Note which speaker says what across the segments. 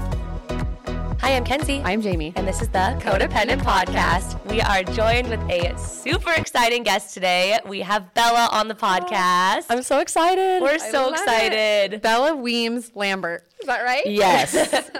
Speaker 1: Hi, I'm Kenzie.
Speaker 2: I'm Jamie.
Speaker 1: And this is the Codependent Podcast. We are joined with a super exciting guest today. We have Bella on the podcast.
Speaker 2: I'm so excited.
Speaker 1: We're so excited.
Speaker 2: Bella Weems Lambert. Is that right?
Speaker 1: Yes.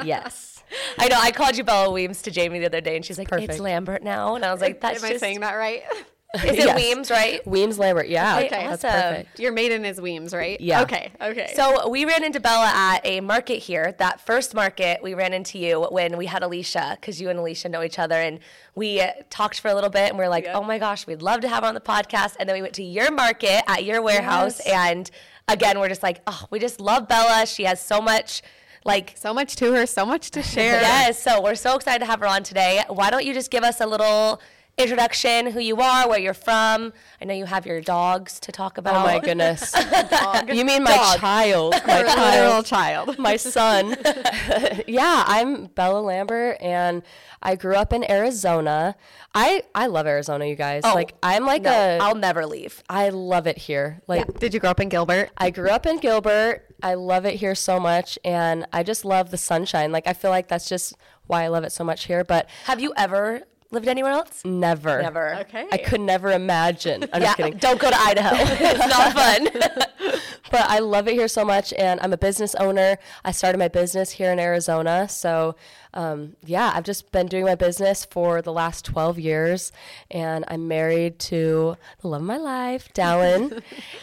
Speaker 1: yes. I know. I called you Bella Weems to Jamie the other day, and she's like,
Speaker 2: Perfect.
Speaker 1: "It's Lambert now," and I was like, "That's
Speaker 2: Am I
Speaker 1: just
Speaker 2: saying that right?
Speaker 1: is it
Speaker 2: Yes.
Speaker 1: Weems, right?"
Speaker 3: Weems Lambert, yeah.
Speaker 1: Okay,
Speaker 2: that's
Speaker 1: awesome.
Speaker 3: perfect.
Speaker 2: Your maiden is Weems, right?
Speaker 3: Yeah.
Speaker 2: Okay. Okay.
Speaker 1: So we ran into Bella at a market here. That first market, we ran into you when we had Alicia, because you and Alicia know each other, and we uh, talked for a little bit, and we are like, "Oh my gosh, we'd love to have her on the podcast." And then we went to your market at your warehouse, and again, we're just like, "Oh, we just love Bella. She has so much, like."
Speaker 2: so much to her, so much to share.
Speaker 1: Yes, so we're so excited to have her on today. Why don't you just give us a little introduction, who you are, where you're from? I know you have your dogs to talk about.
Speaker 3: Oh my goodness. you mean my child, my
Speaker 2: Her literal
Speaker 3: child,
Speaker 2: child.
Speaker 3: my son. yeah, I'm Bella Lambert and I grew up in Arizona. I I love Arizona, you guys. like I'm like
Speaker 1: Oh, no,
Speaker 3: a
Speaker 1: I'll never leave.
Speaker 3: I love it here. Like
Speaker 2: Did you grow up in Gilbert?
Speaker 3: I grew up in Gilbert. I love it here so much and I just love the sunshine. Like I feel like that's just why I love it so much here, but
Speaker 1: Have you ever lived anywhere else?
Speaker 3: never.
Speaker 1: Never.
Speaker 2: Okay.
Speaker 3: I could never imagine.
Speaker 1: Yeah,
Speaker 3: I'm Mm, just kidding.
Speaker 1: don't go to Idaho. it's not fun.
Speaker 3: but I love it here so much, and I'm a business owner. I started my business here in Arizona, so um, yeah, I've just been doing my business for the last 12 years, and I'm married to the love of my life, Dallin,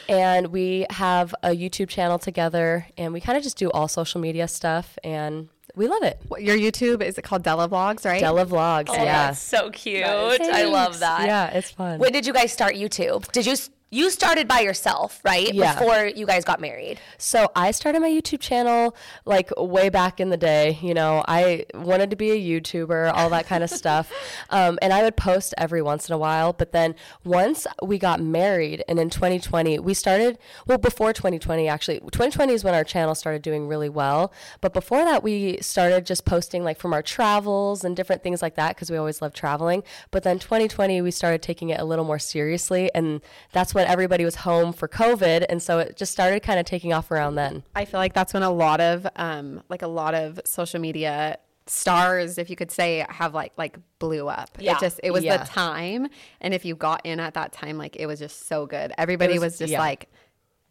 Speaker 3: and we have a YouTube channel together, and we kind of just do all social media stuff, and we love it.
Speaker 2: Your YouTube is it called Della Vlogs, right?
Speaker 3: Della vlogs, yeah,
Speaker 1: That's so cute. I love that.
Speaker 3: yeah, it's fun.
Speaker 1: When did you guys start YouTube? Did you s- you started by yourself, right?
Speaker 3: Yeah.
Speaker 1: Before you guys got married.
Speaker 3: So I started my YouTube channel like way back in the day. You know, I wanted to be a YouTuber, all that kind of stuff. Um, and I would post every once in a while. But then once we got married, and in 2020, we started, well, before 2020, actually, 2020 is when our channel started doing really well. But before that, we started just posting like from our travels and different things like that because we always love traveling. But then 2020, we started taking it a little more seriously. And that's when everybody was home for COVID. And so it just started kind of taking off around then.
Speaker 2: I feel like that's when a lot of um like a lot of social media stars, if you could say, have like like blew up.
Speaker 1: Yeah.
Speaker 2: It just it was
Speaker 3: Yeah.
Speaker 2: the time. And if you got in at that time, like it was just so good. Everybody
Speaker 3: was-
Speaker 2: was, just
Speaker 3: yeah.
Speaker 2: like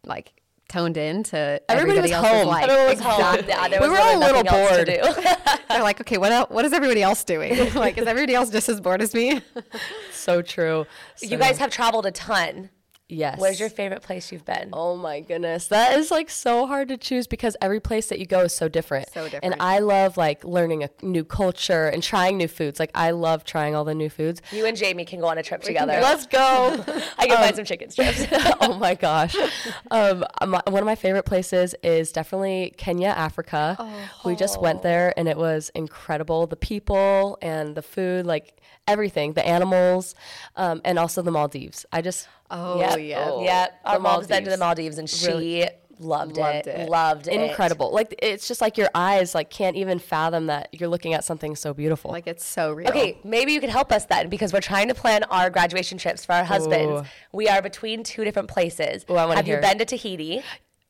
Speaker 2: like toned in to
Speaker 3: Everybody
Speaker 2: everybody,
Speaker 3: was
Speaker 2: else's
Speaker 3: home.
Speaker 2: life.
Speaker 1: Everyone was home. Yeah, there
Speaker 3: We
Speaker 1: was
Speaker 3: were
Speaker 1: really
Speaker 3: all a little
Speaker 1: nothing else to
Speaker 3: bored.
Speaker 1: do.
Speaker 2: They're like, okay, what el- what is everybody else doing? like, is everybody else just as bored as me?
Speaker 3: So true.
Speaker 1: you guys have traveled a ton.
Speaker 3: Yes.
Speaker 1: Where's your favorite place you've been?
Speaker 3: Oh my goodness. That is like so hard to choose because every place that you go is so different.
Speaker 2: So different.
Speaker 3: And I love like learning a new culture and trying new foods. Like I love trying all the new foods.
Speaker 1: You and Jamie can go on a trip together.
Speaker 3: Let's go. Um,
Speaker 1: I can find some chicken strips.
Speaker 3: oh my gosh. Um, my, one of my favorite places is definitely Kenya, Africa. We just went there and it was incredible. The people and the food, like everything, the animals, um, and also the Maldives. I just,
Speaker 2: Oh
Speaker 1: yep.
Speaker 2: yeah.
Speaker 1: Yep. Our
Speaker 3: The
Speaker 1: mom was sent to the
Speaker 3: Maldives.
Speaker 1: Maldives and she loved,
Speaker 2: loved
Speaker 1: it.
Speaker 2: it.
Speaker 1: Loved it.
Speaker 3: incredible. Like it's just like your eyes like can't even fathom that you're looking at something so beautiful.
Speaker 2: Like it's so real.
Speaker 1: Okay, maybe you could help us then because we're trying to plan our graduation trips for our husbands. We are between two different places.
Speaker 3: I wanna
Speaker 1: Have you
Speaker 3: hear.
Speaker 1: been to Tahiti?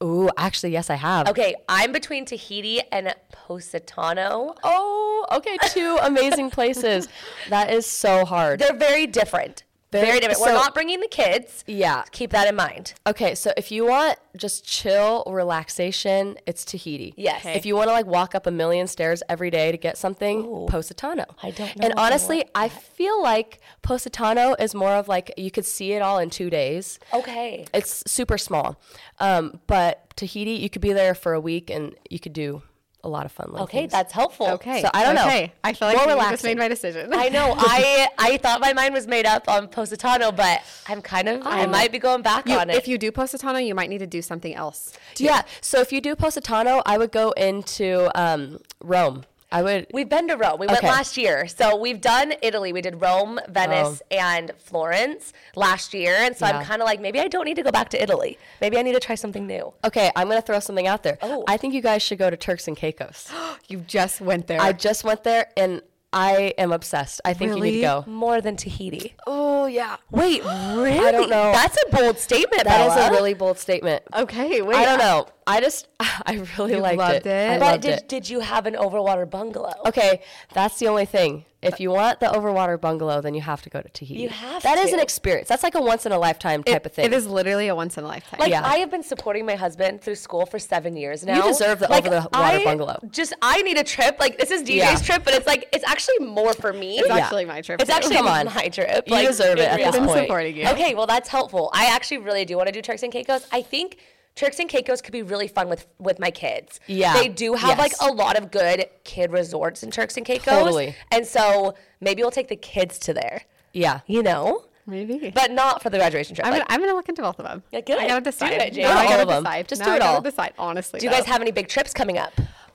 Speaker 3: ooh, actually yes, I have.
Speaker 1: Okay, I'm between Tahiti and Positano.
Speaker 3: Oh, okay, two amazing places. That is so hard.
Speaker 1: They're very different. Very,
Speaker 3: Very-
Speaker 1: different.
Speaker 3: so-
Speaker 1: We're not bringing the kids.
Speaker 3: Yeah.
Speaker 1: Keep that in mind.
Speaker 3: Okay, so if you want just chill relaxation, it's Tahiti.
Speaker 1: Yes. Okay.
Speaker 3: If you want to like walk up a million stairs every day to get something, Positano.
Speaker 1: I don't know
Speaker 3: And
Speaker 1: if I
Speaker 3: honestly, I feel like Positano is more of like you could see it all in two days.
Speaker 1: Okay.
Speaker 3: It's super small, um, but Tahiti, you could be there for a week and you could do a lot of fun. little
Speaker 1: Okay,
Speaker 3: things.
Speaker 1: that's helpful.
Speaker 2: Okay.
Speaker 3: So I don't know.
Speaker 2: Okay. I feel like
Speaker 3: More
Speaker 2: you just
Speaker 3: relaxing.
Speaker 2: made my decision.
Speaker 1: I know. I I thought my mind was made up on Positano, but I'm kind of I might be going back
Speaker 2: Oh. You-
Speaker 1: on it.
Speaker 2: if you do Positano, you might need to do something else.
Speaker 3: yeah. So if you do Positano, I would go into um, Rome. I would.
Speaker 1: We've been to Rome. We went
Speaker 3: Okay.
Speaker 1: last year. So we've done Italy. We did Rome, Venice, and Florence last year. And so I'm
Speaker 3: Oh. Yeah.
Speaker 1: kind of like, maybe I don't need to go back to Italy. Maybe I need to try something new.
Speaker 3: Okay, I'm gonna throw something out there.
Speaker 1: Oh.
Speaker 3: I think you guys should go to Turks and Caicos.
Speaker 2: You just went there.
Speaker 3: I just went there and I am obsessed. I think you need to
Speaker 2: Really?
Speaker 3: go.
Speaker 1: More than Tahiti.
Speaker 3: Oh yeah,
Speaker 1: Wait, really?
Speaker 3: I don't know.
Speaker 1: That's a bold statement,
Speaker 3: that is
Speaker 1: Bella.
Speaker 3: a really bold statement.
Speaker 2: okay. Oh, Wait.
Speaker 3: I don't know. I just I really
Speaker 2: You
Speaker 3: liked
Speaker 2: loved
Speaker 3: it.
Speaker 2: it?
Speaker 3: I
Speaker 2: But
Speaker 1: But
Speaker 3: loved
Speaker 1: did,
Speaker 3: it.
Speaker 1: did you have an overwater bungalow?
Speaker 3: Okay, that's the only thing. If you want the overwater bungalow, then you have to go to Tahiti.
Speaker 1: You have
Speaker 3: That is an
Speaker 1: to.
Speaker 3: experience. That's like a once in a lifetime type of thing.
Speaker 2: It is literally a once in a lifetime.
Speaker 1: Like
Speaker 3: Yeah.
Speaker 1: I have been supporting my husband through school for seven years now.
Speaker 3: deserve the
Speaker 1: Like,
Speaker 3: over-the-water
Speaker 1: I
Speaker 3: bungalow.
Speaker 1: Just I need a trip. Like this is DJ's
Speaker 3: Yeah.
Speaker 1: trip, but it's like it's actually more for me.
Speaker 2: it's
Speaker 3: Yeah.
Speaker 2: actually my trip.
Speaker 1: It's
Speaker 2: too.
Speaker 1: actually
Speaker 3: Come on.
Speaker 1: my trip.
Speaker 3: You deserve it at
Speaker 1: really is.
Speaker 3: this
Speaker 2: I've been
Speaker 3: point.
Speaker 2: supporting you.
Speaker 1: Okay, well that's helpful. I actually really do want to do Turks and Caicos. I think Turks and Caicos could be really fun with with my kids.
Speaker 3: Yeah.
Speaker 1: they do have like
Speaker 3: Yes.
Speaker 1: a lot of good kid resorts in Turks and Caicos.
Speaker 3: Totally.
Speaker 1: And so maybe we'll take the kids to there.
Speaker 3: yeah.
Speaker 1: You know,
Speaker 2: Maybe.
Speaker 1: but not for the graduation trip.
Speaker 2: I'm
Speaker 1: Like,
Speaker 2: gonna, I'm gonna look into both of them.
Speaker 1: Yeah, good.
Speaker 2: I gotta
Speaker 1: Do
Speaker 2: decide.
Speaker 1: it, Jade.
Speaker 2: Now
Speaker 1: Do
Speaker 2: I
Speaker 3: all
Speaker 2: gotta
Speaker 3: of 'em.
Speaker 2: decide.
Speaker 3: Just
Speaker 2: Now
Speaker 3: do
Speaker 2: I
Speaker 3: it
Speaker 2: gotta
Speaker 3: all.
Speaker 2: Decide honestly.
Speaker 1: do you guys
Speaker 2: though.
Speaker 1: have any big trips coming up?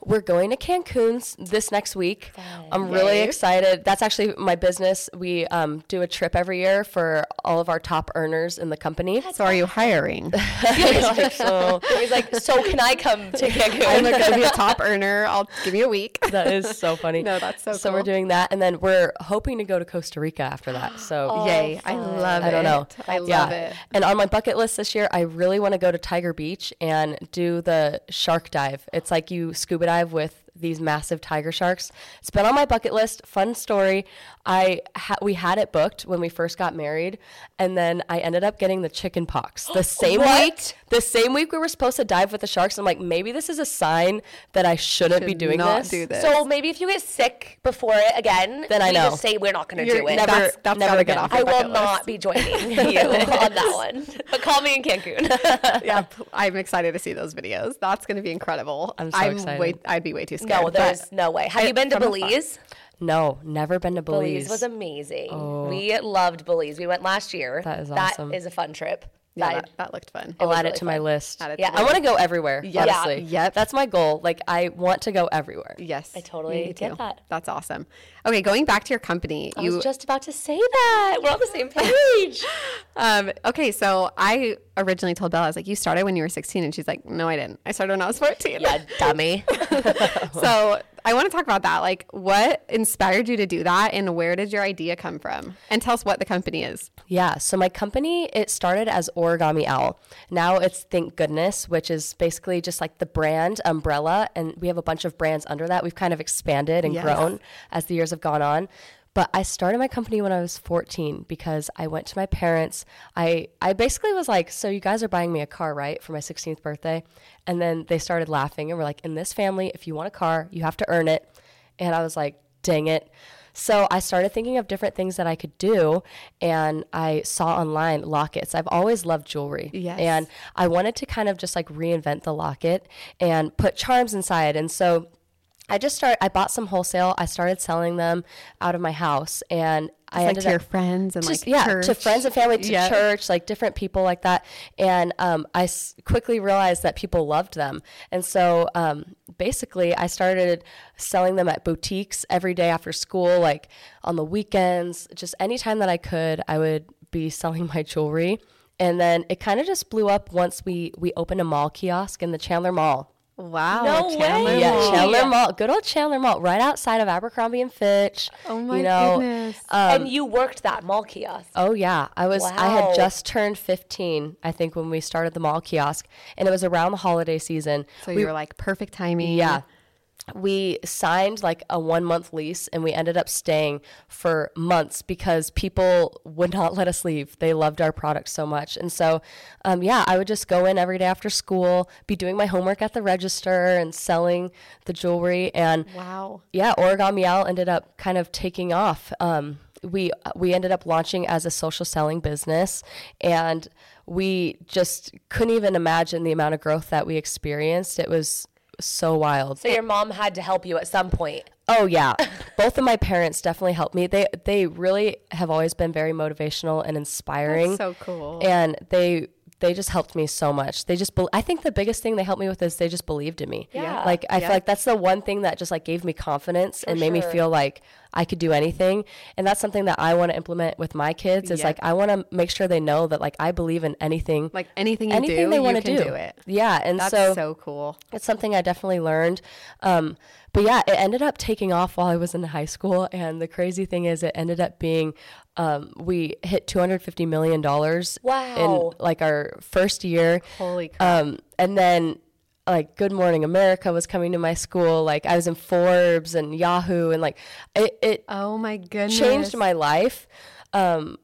Speaker 3: We're going to Cancun's this next week. I'm really excited. That's actually my business. We um, do a trip every year for all of our top earners in the company.
Speaker 2: So are you hiring?
Speaker 3: so
Speaker 1: He's like, so can I come to Cancun?
Speaker 2: I'm gonna be a top earner. I'll give you a week.
Speaker 3: that is so funny.
Speaker 2: No, that's so
Speaker 3: So we're
Speaker 2: cool.
Speaker 3: doing that, and then we're hoping to go to Costa Rica after that. So
Speaker 2: Yay! Oh, I love it.
Speaker 3: I don't know.
Speaker 2: I love
Speaker 3: Yeah.
Speaker 2: it.
Speaker 3: And on my bucket list this year, I really want to go to Tiger Beach and do the shark dive. It's like you scuba dive with these massive tiger sharks. It's been on my bucket list. Fun story. I ha- we had it booked when we first got married, and then I ended up getting the chicken pox the same week. The same week we were supposed to dive with the sharks. I'm like, maybe this is a sign that I shouldn't be
Speaker 2: Should
Speaker 3: doing
Speaker 2: not
Speaker 3: this.
Speaker 2: do this.
Speaker 1: So maybe if you get sick before it again,
Speaker 3: Then I
Speaker 1: we
Speaker 3: know.
Speaker 1: just say we're not going to
Speaker 2: You're
Speaker 1: do it.
Speaker 2: never-
Speaker 3: That's-
Speaker 2: that's
Speaker 3: never
Speaker 2: gotta get
Speaker 3: again.
Speaker 2: off. Your
Speaker 1: I will
Speaker 2: bucket
Speaker 1: not be joining you on that one. But call me in Cancun.
Speaker 2: yeah, p- I'm excited to see those videos. That's going to be incredible. I'm
Speaker 3: so
Speaker 2: Way,
Speaker 3: excited.
Speaker 2: I'd be way too scared.
Speaker 1: no, there's no way. Have you been to
Speaker 2: from afar.
Speaker 1: Belize?
Speaker 3: No, never been to Belize.
Speaker 1: Belize was amazing. We loved Belize. We went last year.
Speaker 3: That is awesome.
Speaker 1: That is a fun trip.
Speaker 2: yeah,
Speaker 1: That-
Speaker 2: that, that looked fun.
Speaker 3: I'll
Speaker 1: was
Speaker 3: add it
Speaker 1: really
Speaker 3: to my
Speaker 1: fun.
Speaker 3: list.
Speaker 2: Add it to
Speaker 3: Yeah,
Speaker 2: the
Speaker 3: I want to go everywhere.
Speaker 2: Yep. Yeah.
Speaker 3: Honestly,
Speaker 2: Yep.
Speaker 3: that's my goal. Like I want to go everywhere.
Speaker 2: Oh, Yes, I
Speaker 1: totally get that.
Speaker 2: That's awesome. Okay, going back to your company,
Speaker 1: I
Speaker 2: you
Speaker 1: was just about to say that. We're on the same page.
Speaker 2: um, okay? So I originally told Bella, I was like, you started when you were 16, and she's like, no, I didn't. I started when I was 14.
Speaker 1: yeah, dummy.
Speaker 2: so I want to talk about that. Like, what inspired you to do that, and where did your idea come from? And tell us what the company is.
Speaker 3: Yeah. So my company, it started as Origami Owl. Now it's Think Goodness, which is basically just like the brand umbrella. And we have a bunch of brands under that. We've kind of expanded and grown as the years have gone on. But I started my company when I was 14 because I went to my parents. I, I basically was like, So you guys are buying me a car, right? For my 16th birthday. And then they started laughing and were like, In this family, if you want a car, you have to earn it. And I was like, dang it. So I started thinking of different things that I could do, and I saw online lockets. I've always loved jewelry,
Speaker 2: Yes.
Speaker 3: and I wanted to kind of just like reinvent the locket and put charms inside. And so I just started. I bought some wholesale. I started selling them out of my house, and
Speaker 2: It's
Speaker 3: I
Speaker 2: like
Speaker 3: ended
Speaker 2: to your
Speaker 3: up
Speaker 2: friends and
Speaker 3: just
Speaker 2: like
Speaker 3: yeah to
Speaker 2: church.
Speaker 3: friends and family to
Speaker 2: Yeah.
Speaker 3: church like different people like that and um, i s- quickly realized that people loved them and so um, basically i started selling them at boutiques every day after school like on the weekends just anytime that i could i would be selling my jewelry and then it kind of just blew up once we we opened a mall kiosk in the chandler mall
Speaker 2: Wow,
Speaker 1: No
Speaker 2: a
Speaker 1: way.
Speaker 2: Chandler
Speaker 1: Yeah,
Speaker 3: yeah,
Speaker 2: Mall.
Speaker 3: Chandler Mall, good old Chandler Mall, right outside of Abercrombie and Fitch.
Speaker 2: Oh my
Speaker 3: you know,
Speaker 2: goodness.
Speaker 1: and you worked that mall kiosk.
Speaker 3: Oh yeah, I was. I
Speaker 1: Wow.
Speaker 3: had just turned 15, I think, when we started the mall kiosk, and it was around the holiday season.
Speaker 2: So you were like perfect timing.
Speaker 3: Yeah. we signed like a one month lease and we ended up staying for months because people would not let us leave. They loved our product so much. And so, um, yeah, I would just go in every day after school, be doing my homework at the register and selling the jewelry. And
Speaker 2: Wow.
Speaker 3: yeah, Oregon Miel ended up kind of taking off. Um, we we ended up launching as a social selling business, and we just couldn't even imagine the amount of growth that we experienced. It was so wild.
Speaker 1: So your mom had to help you at some point.
Speaker 3: Oh yeah, both of my parents definitely helped me. They they really have always been very motivational and inspiring.
Speaker 2: so cool.
Speaker 3: And they they just helped me so much. They just bel I think the biggest thing they helped me with is they just believed in me.
Speaker 1: Yeah.
Speaker 3: Like I feel like that's the one thing that just like gave me confidence and made me feel like I could do anything. And that's something that I want to implement with my kids. Is like I want to make sure they know that like I believe in anything.
Speaker 2: Like anything you
Speaker 3: anything
Speaker 2: do,
Speaker 3: they
Speaker 2: you
Speaker 3: want to
Speaker 2: can
Speaker 3: do.
Speaker 2: do it.
Speaker 3: Yeah. And
Speaker 2: That's
Speaker 3: so
Speaker 2: so, cool.
Speaker 3: it's something I definitely learned. Um, but yeah, it ended up taking off while I was in high school. And the crazy thing is, it ended up being um, we hit $250 million
Speaker 1: Wow.
Speaker 3: in like our first year.
Speaker 2: Holy crap.
Speaker 3: Um, and then like Good Morning America was coming to my school. Like I was in Forbes and Yahoo and like it, it
Speaker 2: oh my goodness.
Speaker 3: changed my life. Um,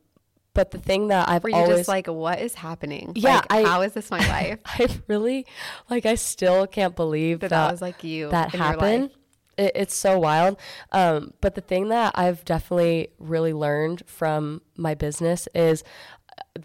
Speaker 3: but the thing that I've
Speaker 2: Were you
Speaker 3: always
Speaker 2: just like, what is happening?
Speaker 3: Yeah,
Speaker 2: Like,
Speaker 3: I-
Speaker 2: how is this my life?
Speaker 3: I really like I still can't believe
Speaker 2: That
Speaker 3: that
Speaker 2: that was, like, you
Speaker 3: that
Speaker 2: in your life.
Speaker 3: happened. It, it's so wild. Um, but the thing that I've definitely really learned from my business is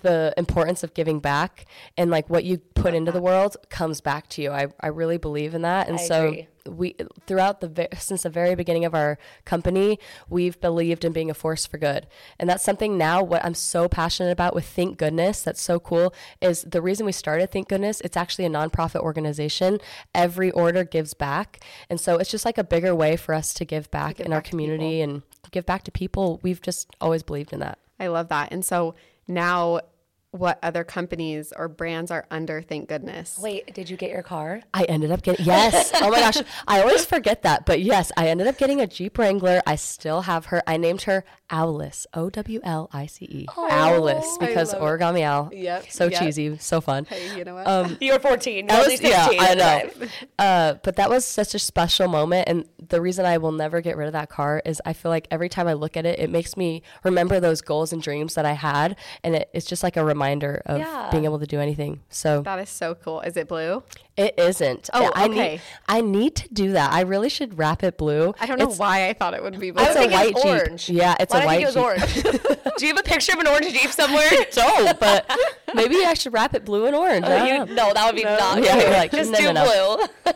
Speaker 3: the importance of giving back and like what you put into the world comes back to you. I, I really believe in that. And
Speaker 1: I
Speaker 3: so
Speaker 1: agree.
Speaker 3: we throughout the ve- since the very beginning of our company we've believed in being a force for good and that's something now what i'm so passionate about with think goodness that's so cool is the reason we started think goodness it's actually a nonprofit organization every order gives back and so it's just like a bigger way for us to give back in our community and give back to people we've just always believed in that
Speaker 2: I love that. And so now, what other companies or brands are under? Thank goodness.
Speaker 1: Wait, did you get your car?
Speaker 3: I ended up getting yes. Oh my gosh, I always forget that, but yes, I ended up getting a Jeep Wrangler. I still have her. I named her Owlis, O W L I C E,
Speaker 2: Oh,
Speaker 3: Owlis, because origami owl.
Speaker 2: Yep,
Speaker 3: So
Speaker 2: yep.
Speaker 3: cheesy, so fun. Um,
Speaker 2: you know what?
Speaker 1: You were 14.
Speaker 3: That
Speaker 1: That
Speaker 3: was- yeah, I know. Uh, but that was such a special moment, and the reason I will never get rid of that car is I feel like every time I look at it, it makes me remember those goals and dreams that I had, and it, it's just like a reminder of
Speaker 1: Yeah.
Speaker 3: being able to do anything. So
Speaker 2: that is so cool. Is it blue?
Speaker 3: It isn't. Oh, I need,
Speaker 2: okay.
Speaker 3: I need to do that. I really should wrap it blue.
Speaker 2: I don't know why I thought it would be blue.
Speaker 1: I was
Speaker 3: a
Speaker 1: thinking
Speaker 3: white
Speaker 1: it's
Speaker 3: Jeep.
Speaker 1: orange.
Speaker 3: Yeah, it's
Speaker 1: Why
Speaker 3: a
Speaker 1: did I
Speaker 3: white
Speaker 1: think it was orange? Do you have a picture of an orange Jeep somewhere?
Speaker 3: No, but maybe I should wrap it blue and orange. I
Speaker 1: You-
Speaker 3: don't know.
Speaker 1: no, that would be not
Speaker 3: Yeah,
Speaker 1: cute.
Speaker 3: you're like,
Speaker 1: Just
Speaker 3: no,
Speaker 1: do
Speaker 3: no, no.
Speaker 1: blue.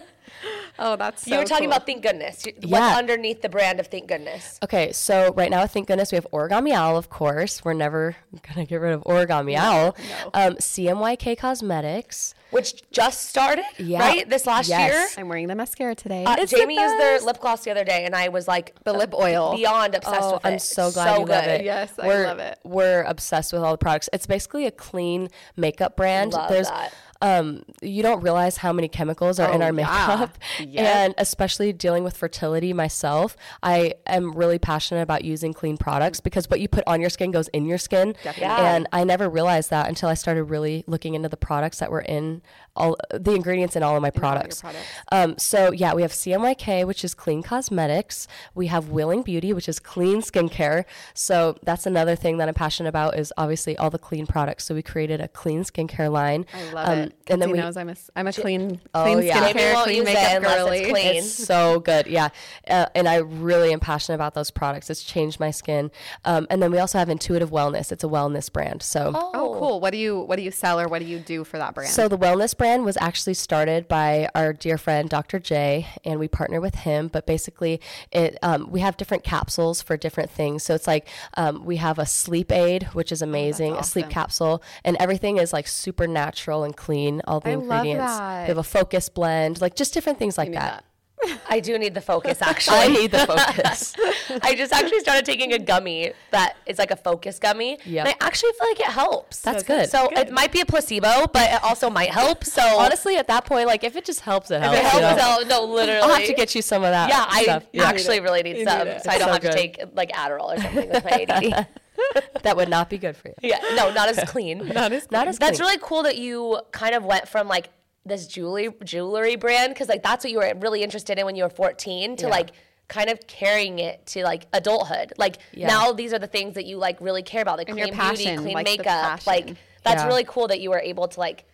Speaker 2: oh, that's so
Speaker 1: you were talking
Speaker 2: cool.
Speaker 1: about Think Goodness. You- What's
Speaker 3: Yeah.
Speaker 1: underneath the brand of Think Goodness?
Speaker 3: Okay, so right now, thank goodness we have Origami Owl, of course. We're never gonna get rid of Origami Owl. Um, CMYK Cosmetics.
Speaker 1: Which just started,
Speaker 3: Yeah.
Speaker 1: right? This last
Speaker 3: Yes.
Speaker 1: year?
Speaker 2: I'm wearing the mascara today.
Speaker 1: Uh,
Speaker 3: It's the
Speaker 1: Jamie used their
Speaker 3: best.
Speaker 1: lip gloss the other day, and I was like,
Speaker 2: the lip oil.
Speaker 1: beyond obsessed
Speaker 3: Oh,
Speaker 1: with it.
Speaker 3: I'm so glad you love
Speaker 1: good.
Speaker 3: it.
Speaker 2: Yes, I
Speaker 3: we're,
Speaker 2: love it.
Speaker 3: We're obsessed with all the products. It's basically a clean makeup brand.
Speaker 1: Love
Speaker 3: There's
Speaker 1: that.
Speaker 3: um you don't realize how many chemicals are in
Speaker 2: Oh, yeah.
Speaker 3: our makeup. And especially dealing with fertility myself, I am really passionate about using clean products because what you put on your skin goes in your skin. And I never realized that until I started really looking into the products that were in all the ingredients in all of my products. Um, so yeah, we have CMYK, which is clean cosmetics. We have Willing Beauty, which is clean skincare. So that's another thing that I'm passionate about is obviously all the clean products. So we created a clean skincare line. Um,
Speaker 2: I love it.
Speaker 3: And then
Speaker 2: Lindsay
Speaker 3: we
Speaker 2: knows I'm a, I'm a clean,
Speaker 3: Oh,
Speaker 2: clean
Speaker 3: yeah. Maybe
Speaker 1: we
Speaker 2: skincare,
Speaker 1: won't
Speaker 2: clean
Speaker 1: use it
Speaker 2: makeup
Speaker 1: unless it's
Speaker 2: girly.
Speaker 1: clean.
Speaker 3: it's so good, yeah, uh, and I really am passionate about those products. It's changed my skin, um, and then we also have Intuitive Wellness. It's a wellness brand, so
Speaker 2: Oh, cool. What do you what do you sell or what do you do for that brand?
Speaker 3: So the wellness brand was actually started by our dear friend Dr. J, and we partner with him. But basically, it um, we have different capsules for different things. So it's like um, we have a sleep aid, which
Speaker 2: Oh,
Speaker 3: is amazing, a sleep capsule, and everything is like super natural and clean. All the
Speaker 2: I love
Speaker 3: ingredients.
Speaker 2: that.
Speaker 3: We have a focus blend, like just different things like that.
Speaker 1: I do need the focus, actually.
Speaker 3: I need the focus.
Speaker 1: I just actually started taking a gummy that is like a focus gummy.
Speaker 3: Yep.
Speaker 1: And I actually feel like it helps.
Speaker 3: That's good.
Speaker 1: So it might be a placebo, but it also might help. So
Speaker 3: Honestly, at that point, like if it just helps, it helps.
Speaker 1: Oh. it
Speaker 3: you
Speaker 1: helps.
Speaker 3: know?
Speaker 1: out. No, literally.
Speaker 3: I'll have to get you some of that.
Speaker 1: Yeah, I
Speaker 3: stuff.
Speaker 1: actually really need some, so I don't
Speaker 3: so
Speaker 1: have
Speaker 3: good.
Speaker 1: to take like Adderall or something with my ADD.
Speaker 3: that would not be good for you.
Speaker 1: yeah, no, not as clean.
Speaker 3: Not as
Speaker 1: That's really cool that you kind of went from like this jewelry jewelry brand because like that's what you were really interested in when you were 14 to like kind of carrying it to like adulthood. Like now these are the things that you like really care about, like
Speaker 2: And your
Speaker 1: clean beauty,
Speaker 2: passion,
Speaker 1: clean
Speaker 2: like, the
Speaker 1: makeup. Like
Speaker 2: passion.
Speaker 1: that's
Speaker 3: Yeah.
Speaker 1: really cool that you were able to like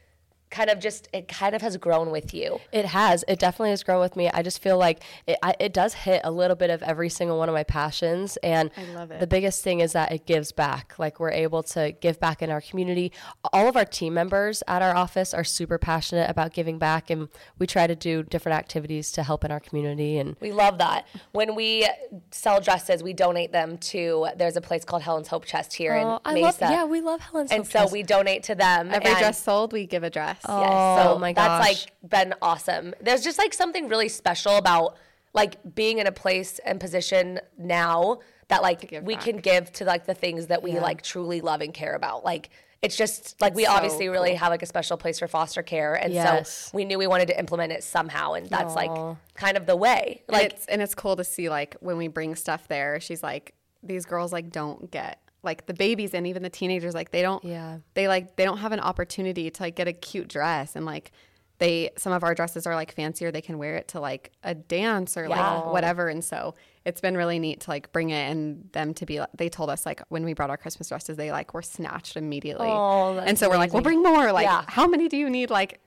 Speaker 1: kind of just it kind of has grown with you.
Speaker 3: It has. It definitely has grown with me. I just feel like it, I, it does hit a little bit of every single one of my passions. And I
Speaker 2: love it.
Speaker 3: the biggest thing is that it gives back. Like we're able to give back in our community. All of our team members at our office are super passionate about giving back. And we try to do different activities to help in our community. And
Speaker 1: We love that. When we sell dresses, we donate them to there's a place called Helen's Hope Chest here
Speaker 3: Oh,
Speaker 1: in
Speaker 3: I
Speaker 1: Mesa.
Speaker 3: love, yeah, we love Helen's
Speaker 1: and
Speaker 3: Hope
Speaker 1: so
Speaker 3: Trust.
Speaker 1: we donate to them.
Speaker 2: Every
Speaker 1: and-
Speaker 2: dress sold, we give a dress.
Speaker 1: Yes. So
Speaker 3: Oh, my
Speaker 1: that's
Speaker 3: gosh.
Speaker 1: like been awesome. There's just like something really special about like being in a place and position now that like we can give to like the things that we like truly love and care about. Like it's just like we obviously really have like a special place for foster care and
Speaker 3: Yes.
Speaker 1: so we knew we wanted to implement it somehow and that's like kind of the way.
Speaker 2: And
Speaker 1: Like
Speaker 2: it's and it's cool to see like when we bring stuff there she's like these girls like don't get like the babies and even the teenagers like they don't
Speaker 3: Yeah.
Speaker 2: they like they don't have an opportunity to like get a cute dress and like they some of our dresses are like fancier they can wear it to like a dance or like whatever and so it's been really neat to like bring it and them to be they told us like when we brought our christmas dresses they like were snatched immediately oh, and so we're like we'll bring more like
Speaker 1: Yeah.
Speaker 2: how many do you need like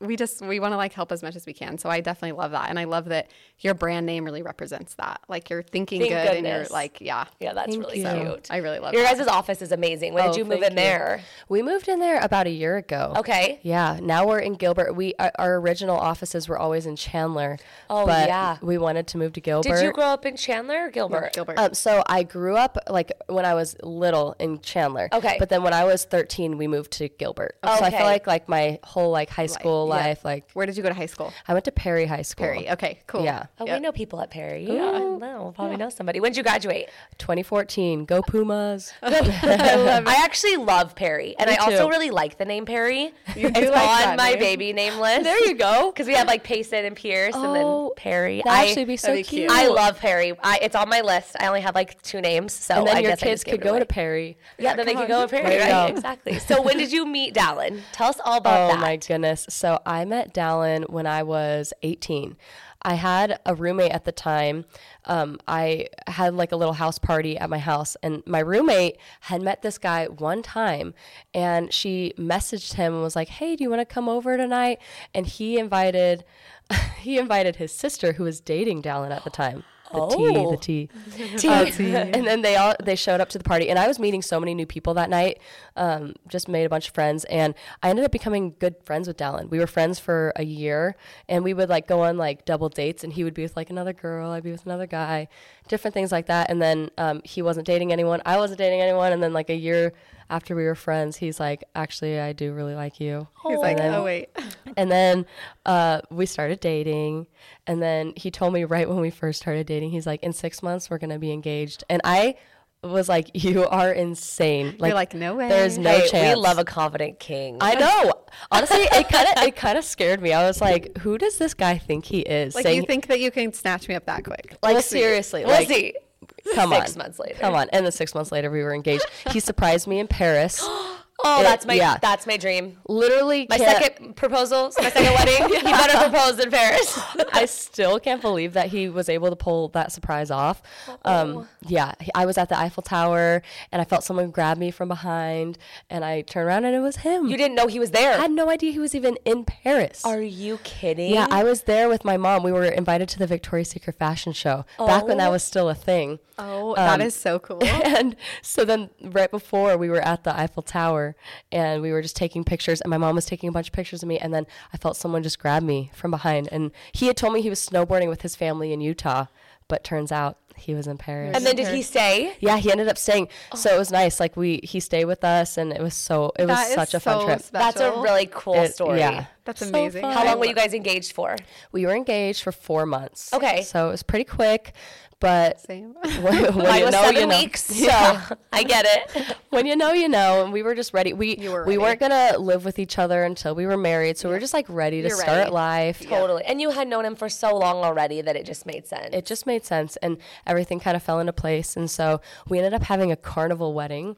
Speaker 2: we just we want to like help as much as we can. So I definitely love that, and I love that your brand name really represents that. Like you're thinking
Speaker 1: Thank
Speaker 2: good, and you're
Speaker 1: goodness.
Speaker 2: like, yeah,
Speaker 1: yeah, that's really cute.
Speaker 2: I really love
Speaker 1: Your
Speaker 2: that.
Speaker 1: guys' office is amazing. When did you move in there?
Speaker 3: Oh, we moved in there about a year ago.
Speaker 1: Okay.
Speaker 3: Yeah, now we're in Gilbert. We our, our original offices were always in Chandler. Oh but
Speaker 1: yeah.
Speaker 3: we wanted to move to Gilbert.
Speaker 1: Did you grow up in Chandler or Gilbert?
Speaker 2: Gilbert.
Speaker 3: Um, so I grew up like when I was little in Chandler.
Speaker 1: Okay.
Speaker 3: But then when I was 13, we moved to Gilbert. So I
Speaker 1: Okay.
Speaker 3: feel like like my whole like high school
Speaker 2: yeah.
Speaker 3: life, like
Speaker 2: Where did you go to high school?
Speaker 3: I went to Perry High School.
Speaker 2: Perry. Okay, cool.
Speaker 3: Yeah.
Speaker 1: Oh, we know people at Perry. Yeah, I know. We'll probably know somebody. When did you graduate? Uh-huh.
Speaker 3: 2014. Go Pumas.
Speaker 1: I actually love Perry, and I also
Speaker 3: too.
Speaker 1: really like the name Perry. it's on
Speaker 2: that
Speaker 1: my
Speaker 2: name.
Speaker 1: baby name list. There you go. Because we have like Payson and Pierce, and then Perry.
Speaker 3: Oh, That
Speaker 1: I,
Speaker 3: actually be so
Speaker 2: that'd be
Speaker 3: cute.
Speaker 2: cute.
Speaker 1: I love Perry. I, it's on my list. I only have like two names, so
Speaker 3: and then
Speaker 1: Oh, I
Speaker 3: your
Speaker 1: guess I
Speaker 3: kids
Speaker 1: just gave
Speaker 3: could
Speaker 1: it
Speaker 3: go
Speaker 1: away.
Speaker 3: to Perry.
Speaker 1: Yeah, then they could go to Perry,
Speaker 3: There you
Speaker 1: right?
Speaker 3: go.
Speaker 1: Exactly. So when did you meet Dallin? Tell us all about
Speaker 3: Oh
Speaker 1: that.
Speaker 3: my goodness. So I met Dallin when I was 18. I had a roommate at the time. Um, I had like a little house party at my house, and my roommate had met this guy one time, and she messaged him and was like, "Hey, do you want to come over tonight?" And he invited, he invited his sister who was dating Dallin at the time. The
Speaker 1: Oh.
Speaker 3: tea, the tea, Uh, and then they all they showed up to the party, and I was meeting so many new people that night. Um, just made a bunch of friends, and I ended up becoming good friends with Dallin. We were friends for a year, and we would like go on like double dates, and he would be with like another girl, I'd be with another guy, different things like that. And then um, he wasn't dating anyone, I wasn't dating anyone, and then like a year after we were friends, he's like, actually, I do really like you.
Speaker 2: He's like,
Speaker 1: Um,
Speaker 2: oh wait,
Speaker 3: And then uh, we started dating. And then he told me right when we first started dating, he's like, in six months, we're going to be engaged. And I was like, you are insane. Like,
Speaker 2: like, no way.
Speaker 3: There's no
Speaker 1: Hey,
Speaker 3: chance.
Speaker 1: We love a confident king.
Speaker 3: I know. Honestly, it kind of it kind of scared me. I was like, "Who does this guy think he is?"
Speaker 2: like you think that you can snatch me up that quick?
Speaker 3: like seriously,
Speaker 1: we'll
Speaker 3: like,
Speaker 1: see.
Speaker 3: Come on,
Speaker 1: Six months later.
Speaker 3: Come on, and then six months later, we were engaged. he surprised me in Paris.
Speaker 1: Oh, that's my
Speaker 3: yeah.
Speaker 1: that's my dream.
Speaker 3: Literally,
Speaker 1: My
Speaker 3: can't-
Speaker 1: second proposal, my second wedding. He better propose in Paris.
Speaker 3: I still can't believe that he was able to pull that surprise off.
Speaker 1: Oh.
Speaker 3: Um, yeah, he- I was at the Eiffel Tower and I felt someone grab me from behind, and I turned around and it was him.
Speaker 1: You didn't know he was there.
Speaker 3: I had no idea he was even in Paris.
Speaker 1: Are you kidding?
Speaker 3: yeah, I was there with my mom. We were invited to the Victoria's Secret fashion show back when that was still a thing.
Speaker 2: Oh, that
Speaker 1: um,
Speaker 2: is so cool.
Speaker 3: And so then right before we were at the Eiffel Tower and we were just taking pictures and my mom was taking a bunch of pictures of me and then I felt someone just grab me from behind and he had told me he was snowboarding with his family in Utah, but turns out he was in Paris.
Speaker 1: and then Oh. did he say?
Speaker 3: yeah, he ended up staying. So it was nice. Like we he stayed with us and it was so it was
Speaker 2: That is
Speaker 3: such a fun
Speaker 2: so
Speaker 3: trip.
Speaker 2: special.
Speaker 1: That's a
Speaker 2: Special.
Speaker 1: really cool
Speaker 3: It-
Speaker 1: story.
Speaker 3: Yeah.
Speaker 2: That's amazing.
Speaker 1: How long were you guys engaged for?
Speaker 3: We were engaged for four months.
Speaker 1: Okay.
Speaker 3: So it was pretty quick. But
Speaker 2: Same.
Speaker 3: when, when
Speaker 1: Mine
Speaker 3: you
Speaker 1: was
Speaker 3: know,
Speaker 1: seven
Speaker 3: you know.
Speaker 1: weeks, so I get it.
Speaker 3: when you know, you know. And we were just ready. We
Speaker 2: were
Speaker 3: we
Speaker 2: ready.
Speaker 3: weren't gonna live with each other until we were married. So we were just like ready to
Speaker 2: You're
Speaker 3: start
Speaker 2: ready.
Speaker 3: life.
Speaker 1: Totally. And you had known him for so long already that it just made sense.
Speaker 3: It just made sense, and everything kind of fell into place. And so we ended up having a carnival wedding.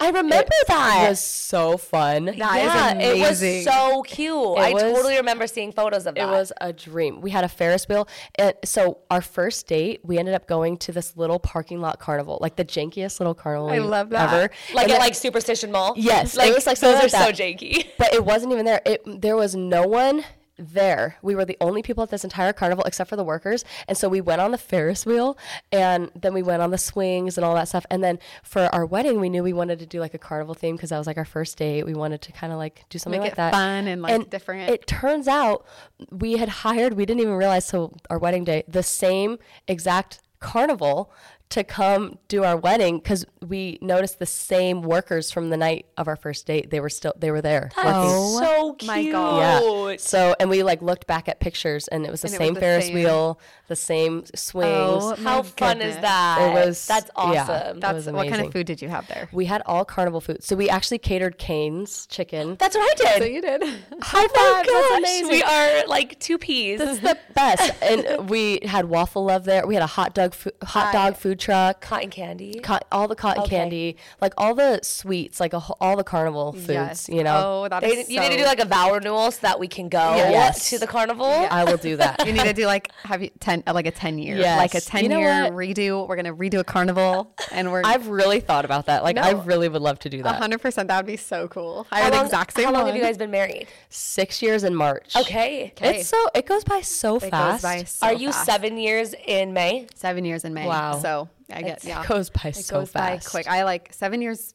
Speaker 1: I remember that.
Speaker 3: It was so fun.
Speaker 2: That is
Speaker 1: yeah, it was
Speaker 2: amazing.
Speaker 1: so cute. I
Speaker 3: was-
Speaker 1: totally remember seeing photos of that.
Speaker 3: It was a dream. We had a Ferris wheel. And so our first date, we ended up going to this little parking lot carnival, like the jankiest little carnival
Speaker 2: I
Speaker 3: we've
Speaker 2: love that.
Speaker 3: ever.
Speaker 1: like
Speaker 3: And
Speaker 1: at
Speaker 3: it-
Speaker 1: like Superstition Mall.
Speaker 3: Yes, it
Speaker 1: like,
Speaker 3: was
Speaker 1: those
Speaker 3: like something
Speaker 1: are
Speaker 3: like
Speaker 1: so
Speaker 3: that.
Speaker 1: janky.
Speaker 3: but it wasn't even there. It there was no one there. We were the only people at this entire carnival except for the workers. And so we went on the Ferris wheel and then we went on the swings and all that stuff. And then for our wedding, we knew we wanted to do like a carnival theme because that was like our first date. We wanted to kind of like do something
Speaker 2: Make
Speaker 3: like
Speaker 2: it
Speaker 3: that.
Speaker 2: fun and, like, different.
Speaker 3: It turns out we had hired, we didn't even realize till our wedding day, the same exact carnival to come do our wedding because we noticed the same workers from the night of our first date. They were still they were there. working.
Speaker 1: so cute.
Speaker 2: my
Speaker 3: Oh Yeah. So, and we like looked back at pictures, and it was the
Speaker 2: And it was
Speaker 3: same
Speaker 2: the
Speaker 3: Ferris
Speaker 2: same.
Speaker 3: wheel, the same swings.
Speaker 2: Oh, my
Speaker 1: How fun is
Speaker 2: goodness.
Speaker 1: that?
Speaker 3: It was-
Speaker 1: That's
Speaker 3: yeah.
Speaker 1: awesome.
Speaker 3: That-
Speaker 2: That's
Speaker 3: was
Speaker 2: what kind
Speaker 3: amazing.
Speaker 2: of food did you have there?
Speaker 3: We had all carnival food, so we actually catered Cane's chicken.
Speaker 1: That's what I did.
Speaker 2: you did.
Speaker 3: high
Speaker 1: Oh my gosh, we are like two peas.
Speaker 3: This is the best, and we had waffle love there. We had a hot dog, fo- hot dog food truck,
Speaker 1: cotton candy.
Speaker 3: cot- all the cotton
Speaker 1: Okay.
Speaker 3: candy, like all the sweets, like a, wh- all the carnival foods.
Speaker 2: Yes.
Speaker 3: You know,
Speaker 2: Oh, that
Speaker 1: They-
Speaker 2: is
Speaker 1: you need to do
Speaker 2: so-
Speaker 1: like a vow renewal so that we can go
Speaker 3: Yes.
Speaker 1: to the carnival.
Speaker 3: I will do that.
Speaker 2: You need to do like have you ten uh, like a ten year
Speaker 3: Yes.
Speaker 2: like a ten
Speaker 3: You know
Speaker 2: year
Speaker 3: what?
Speaker 2: redo. We're gonna redo a carnival and we're
Speaker 3: I've really thought about that. Like, I
Speaker 2: No. Uh-huh.
Speaker 3: really would love to do that.
Speaker 2: hundred percent. That would be so cool. I
Speaker 1: How
Speaker 2: had the
Speaker 1: long-
Speaker 2: exact same
Speaker 1: How long have
Speaker 2: one.
Speaker 1: you guys been married?
Speaker 3: Six years in March.
Speaker 1: Okay.
Speaker 3: It's so it goes by so
Speaker 2: It goes
Speaker 3: fast.
Speaker 2: by so
Speaker 1: Are you
Speaker 2: fast.
Speaker 1: seven years in May?
Speaker 2: seven years in May?
Speaker 3: Wow.
Speaker 2: So I get yeah.
Speaker 3: It goes by
Speaker 2: It
Speaker 3: so
Speaker 2: goes
Speaker 3: fast.
Speaker 2: by quick. I like seven years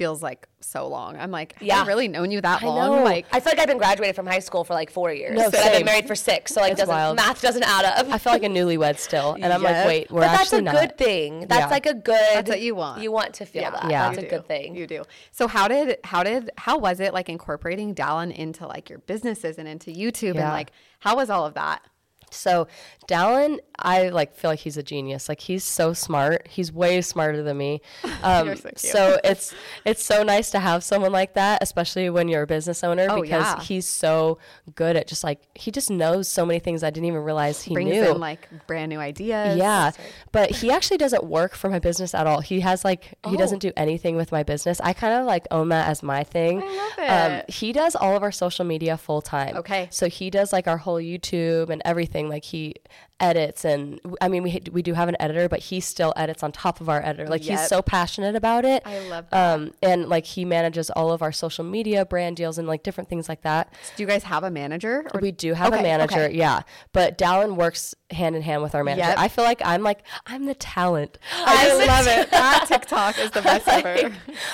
Speaker 2: feels like so long. I'm like, have
Speaker 1: Yeah.
Speaker 2: I really known you that long?
Speaker 3: know.
Speaker 2: Like
Speaker 1: I feel like I've been graduated from high school for like four years.
Speaker 3: No,
Speaker 1: but I've been
Speaker 3: same.
Speaker 1: married for six. So like
Speaker 3: It's
Speaker 1: doesn't,
Speaker 3: wild.
Speaker 1: math doesn't add up.
Speaker 3: I feel like a newlywed still, and I'm
Speaker 2: Yes.
Speaker 3: like, wait, we're
Speaker 1: but that's a
Speaker 3: actually
Speaker 1: good
Speaker 3: not.
Speaker 1: thing. That's
Speaker 3: Yeah.
Speaker 1: like a good.
Speaker 2: That's what you want.
Speaker 1: You want to feel that.
Speaker 3: Yeah.
Speaker 1: That's
Speaker 2: you
Speaker 1: a
Speaker 2: do.
Speaker 1: good thing.
Speaker 2: You do. So how did how did how was it like incorporating Dallin into like your businesses and into YouTube and
Speaker 3: Yeah.
Speaker 2: like how was all of that?
Speaker 3: So Dallin, I like feel like he's a genius. Like he's so smart. He's way smarter than me. Um,
Speaker 2: You're so cute.
Speaker 3: it's it's so nice to have someone like that, especially when you're a business owner, because
Speaker 2: Oh, yeah.
Speaker 3: he's so good at just like he just knows so many things I didn't even realize he
Speaker 2: Brings
Speaker 3: knew.
Speaker 2: in like brand new ideas.
Speaker 3: Yeah. But he actually doesn't work for my business at all. He has like he doesn't
Speaker 2: Oh.
Speaker 3: do anything with my business. I kind of like own that as my thing.
Speaker 2: I love
Speaker 3: Um, he does all of our social media full time.
Speaker 2: Okay.
Speaker 3: So he does like our whole YouTube and everything. Like he edits and I mean we we do have an editor, but he still edits on top of our editor. Like
Speaker 2: Yep.
Speaker 3: he's so passionate about it.
Speaker 2: I love
Speaker 3: that. Um and like he manages all of our social media brand deals and like different things like that.
Speaker 2: Do you guys have a manager? Or
Speaker 3: We do have
Speaker 2: Okay,
Speaker 3: a manager,
Speaker 2: okay.
Speaker 3: yeah. But Dallin works hand in hand with our manager.
Speaker 2: Yep.
Speaker 3: I feel like I'm like I'm the talent.
Speaker 2: I love it. That TikTok is the best ever.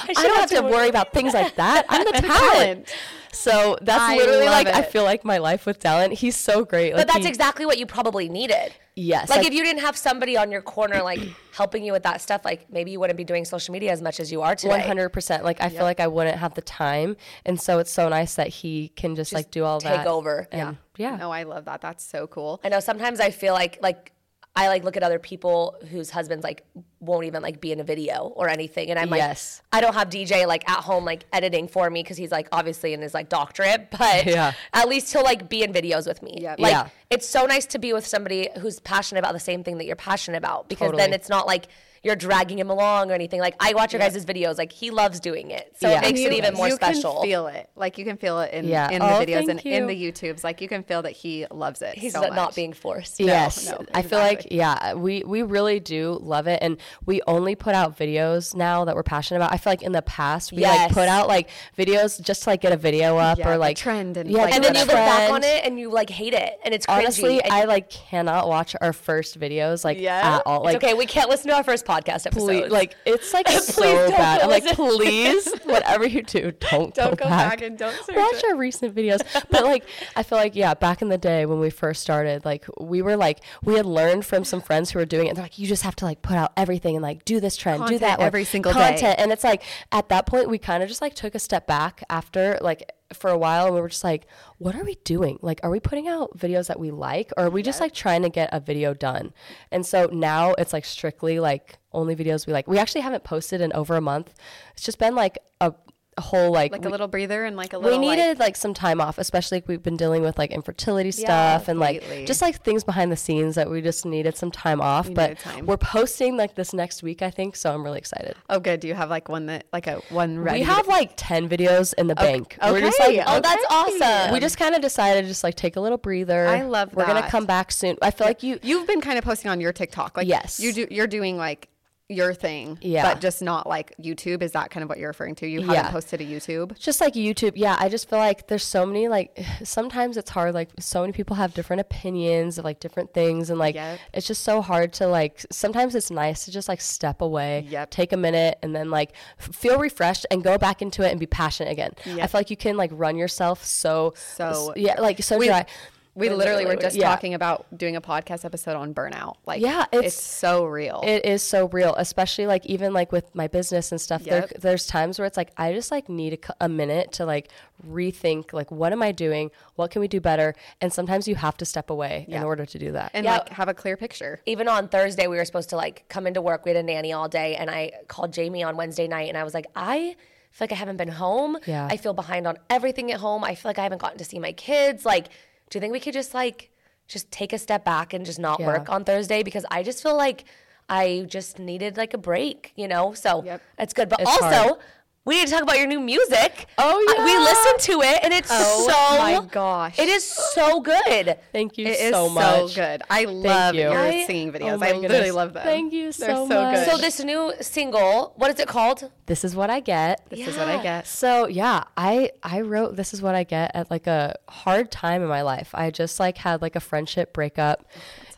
Speaker 3: I, don't have to worry about things like that. I'm the talent.
Speaker 2: talent.
Speaker 3: So that's
Speaker 2: I
Speaker 3: literally
Speaker 2: love
Speaker 3: like I
Speaker 2: it.
Speaker 3: feel like my life with Dallin. He's so great.
Speaker 1: But that's
Speaker 3: he-
Speaker 1: exactly what you probably needed.
Speaker 3: Yes,
Speaker 1: Like,
Speaker 3: like-
Speaker 1: if you didn't have somebody on your corner, like helping you with that stuff, like maybe you wouldn't be doing social media as much as you are today.
Speaker 3: One hundred percent. Like I feel like I wouldn't have the time, and so it's so nice that he can just, like do all
Speaker 1: take
Speaker 3: that.
Speaker 1: over.
Speaker 3: And, yeah,
Speaker 2: No, I love that. That's so cool.
Speaker 1: I know sometimes I feel like like I like look at other people whose husbands like won't even like be in a video or anything, and I'm like,
Speaker 3: Yes.
Speaker 1: I don't have DJ like at home like editing for me because he's like obviously in his like doctorate, but
Speaker 3: Yeah.
Speaker 1: at least he'll like be in videos with me.
Speaker 2: Yep.
Speaker 1: Like
Speaker 3: Yeah.
Speaker 1: it's so nice to be with somebody who's passionate about the same thing that you're passionate about because then
Speaker 3: Totally.
Speaker 1: it's not like you're dragging him along or anything. Like I watch your guys' videos, like he loves doing it, so
Speaker 3: Yeah.
Speaker 1: it makes
Speaker 3: And
Speaker 1: it even more
Speaker 2: you
Speaker 1: special.
Speaker 2: can feel it. Like you can feel it in,
Speaker 3: Yeah.
Speaker 2: in the
Speaker 3: Oh,
Speaker 2: videos and
Speaker 3: thank
Speaker 2: in the
Speaker 3: you.
Speaker 2: YouTubes. Like you can feel that he loves it.
Speaker 1: he's
Speaker 2: so
Speaker 1: not,
Speaker 2: much.
Speaker 1: not being forced.
Speaker 3: yes
Speaker 2: no,
Speaker 3: i feel like yeah we we really do love it and we only put out videos now that we're passionate about i feel like in the past we like
Speaker 1: Yes.
Speaker 3: put out like videos just to like get a video up
Speaker 2: Yeah,
Speaker 3: or
Speaker 2: the
Speaker 3: like
Speaker 2: trend and,
Speaker 3: yeah
Speaker 2: like,
Speaker 1: And then you look back
Speaker 3: trend.
Speaker 1: on it and you like hate it, and it's cringy.
Speaker 3: honestly
Speaker 1: and
Speaker 3: i like cannot watch our first videos like
Speaker 2: Yeah?
Speaker 3: at all
Speaker 1: It's
Speaker 3: like
Speaker 1: okay, we can't listen to our first podcast episode.
Speaker 3: please, like it's like so
Speaker 1: don't
Speaker 3: bad. I'm like,
Speaker 1: listen.
Speaker 3: please, whatever you do, don't,
Speaker 2: Don't
Speaker 3: go,
Speaker 2: go
Speaker 3: back.
Speaker 2: back and don't search
Speaker 3: watch our recent videos. But like, I feel like yeah, back in the day when we first started, like we were like we had learned from some friends who were doing it. And they're like, you just have to like put out everything and like do this trend, do
Speaker 2: Content
Speaker 3: that one,
Speaker 2: every single day.
Speaker 3: content. And it's like at that point we kind of just like took a step back after like for a while and we were just like what are we doing like are we putting out videos that we like or are we just like trying to get a video done and so now it's like strictly like only videos we like we actually haven't posted in over a month it's just been like a whole like,
Speaker 2: like a little breather and like a
Speaker 3: we
Speaker 2: little.
Speaker 3: needed like, some time off, especially like, we've been dealing with like infertility
Speaker 2: Yeah,
Speaker 3: stuff and like
Speaker 2: completely.
Speaker 3: just like things behind the scenes that we just needed some time off. but
Speaker 2: needed time.
Speaker 3: we're posting like this next week, I think, so I'm really excited.
Speaker 2: oh, good. Do you have like one that like a one ready?
Speaker 3: We have like 10 videos in the bank. We're just
Speaker 2: okay,
Speaker 3: like, oh, that's
Speaker 2: okay.
Speaker 3: awesome. We just kind of decided to just like take a little breather.
Speaker 2: I love
Speaker 3: We're going to
Speaker 2: that.
Speaker 3: come back soon. I feel like you,
Speaker 2: You've been kind of posting on your TikTok, like
Speaker 3: Yes.
Speaker 2: you do. You're doing like your thing,
Speaker 3: Yeah.
Speaker 2: but just not like YouTube. Is that kind of what you're referring to? You
Speaker 3: Yeah.
Speaker 2: haven't posted a YouTube.
Speaker 3: just like YouTube, yeah, I just feel like there's so many like sometimes it's hard like so many people have different opinions of like different things and like
Speaker 2: Yep.
Speaker 3: it's just so hard to like sometimes it's nice to just like step away,
Speaker 2: Yep.
Speaker 3: take a minute and then like f- feel refreshed and go back into it and be passionate again. I feel like you can like run yourself so
Speaker 2: So-
Speaker 3: yeah, like so
Speaker 2: We-
Speaker 3: dry.
Speaker 2: We literally were just
Speaker 3: yeah.
Speaker 2: talking about doing a podcast episode on burnout. Like,
Speaker 3: Yeah,
Speaker 2: it's,
Speaker 3: it's-
Speaker 2: so real.
Speaker 3: It is so real, especially like even like with my business and stuff. There,
Speaker 2: Yep.
Speaker 3: there's times where it's like I just like need a, cou- a minute to like rethink like what am I doing? What can we do better? And sometimes you have to step away in order to do that.
Speaker 2: and
Speaker 1: Yeah.
Speaker 2: like have a clear picture.
Speaker 1: even on Thursday, we were supposed to like come into work. We had a nanny all day, and I called Jamie on Wednesday night, and I was like, I feel like I haven't been home.
Speaker 3: Yeah.
Speaker 1: I feel behind on everything at home. I feel like I haven't gotten to see my kids. Like, do you think we could just like just take a step back and just not work on Thursday? Because I just feel like I just needed like a break, you know? So
Speaker 2: Yep.
Speaker 1: it's good. But
Speaker 3: It's
Speaker 1: also,
Speaker 3: hard.
Speaker 1: we need to talk about your new music.
Speaker 3: Oh,
Speaker 1: I-
Speaker 3: yeah. Oh
Speaker 1: we listened to it, and it's so
Speaker 2: my gosh.
Speaker 1: It is so good.
Speaker 3: Thank you
Speaker 2: It is
Speaker 3: so much.
Speaker 2: good. I love
Speaker 3: you.
Speaker 2: your
Speaker 3: I- Oh
Speaker 2: singing videos.
Speaker 3: my
Speaker 2: I literally
Speaker 3: goodness.
Speaker 2: love them.
Speaker 3: Thank you
Speaker 2: They're
Speaker 3: so
Speaker 2: so
Speaker 3: much.
Speaker 2: good.
Speaker 1: So this new single, what is it called?
Speaker 3: This is what I get.
Speaker 2: this is what I guess.
Speaker 3: So yeah, I I wrote this is what I get at like a hard time in my life. I just like had like a friendship breakup.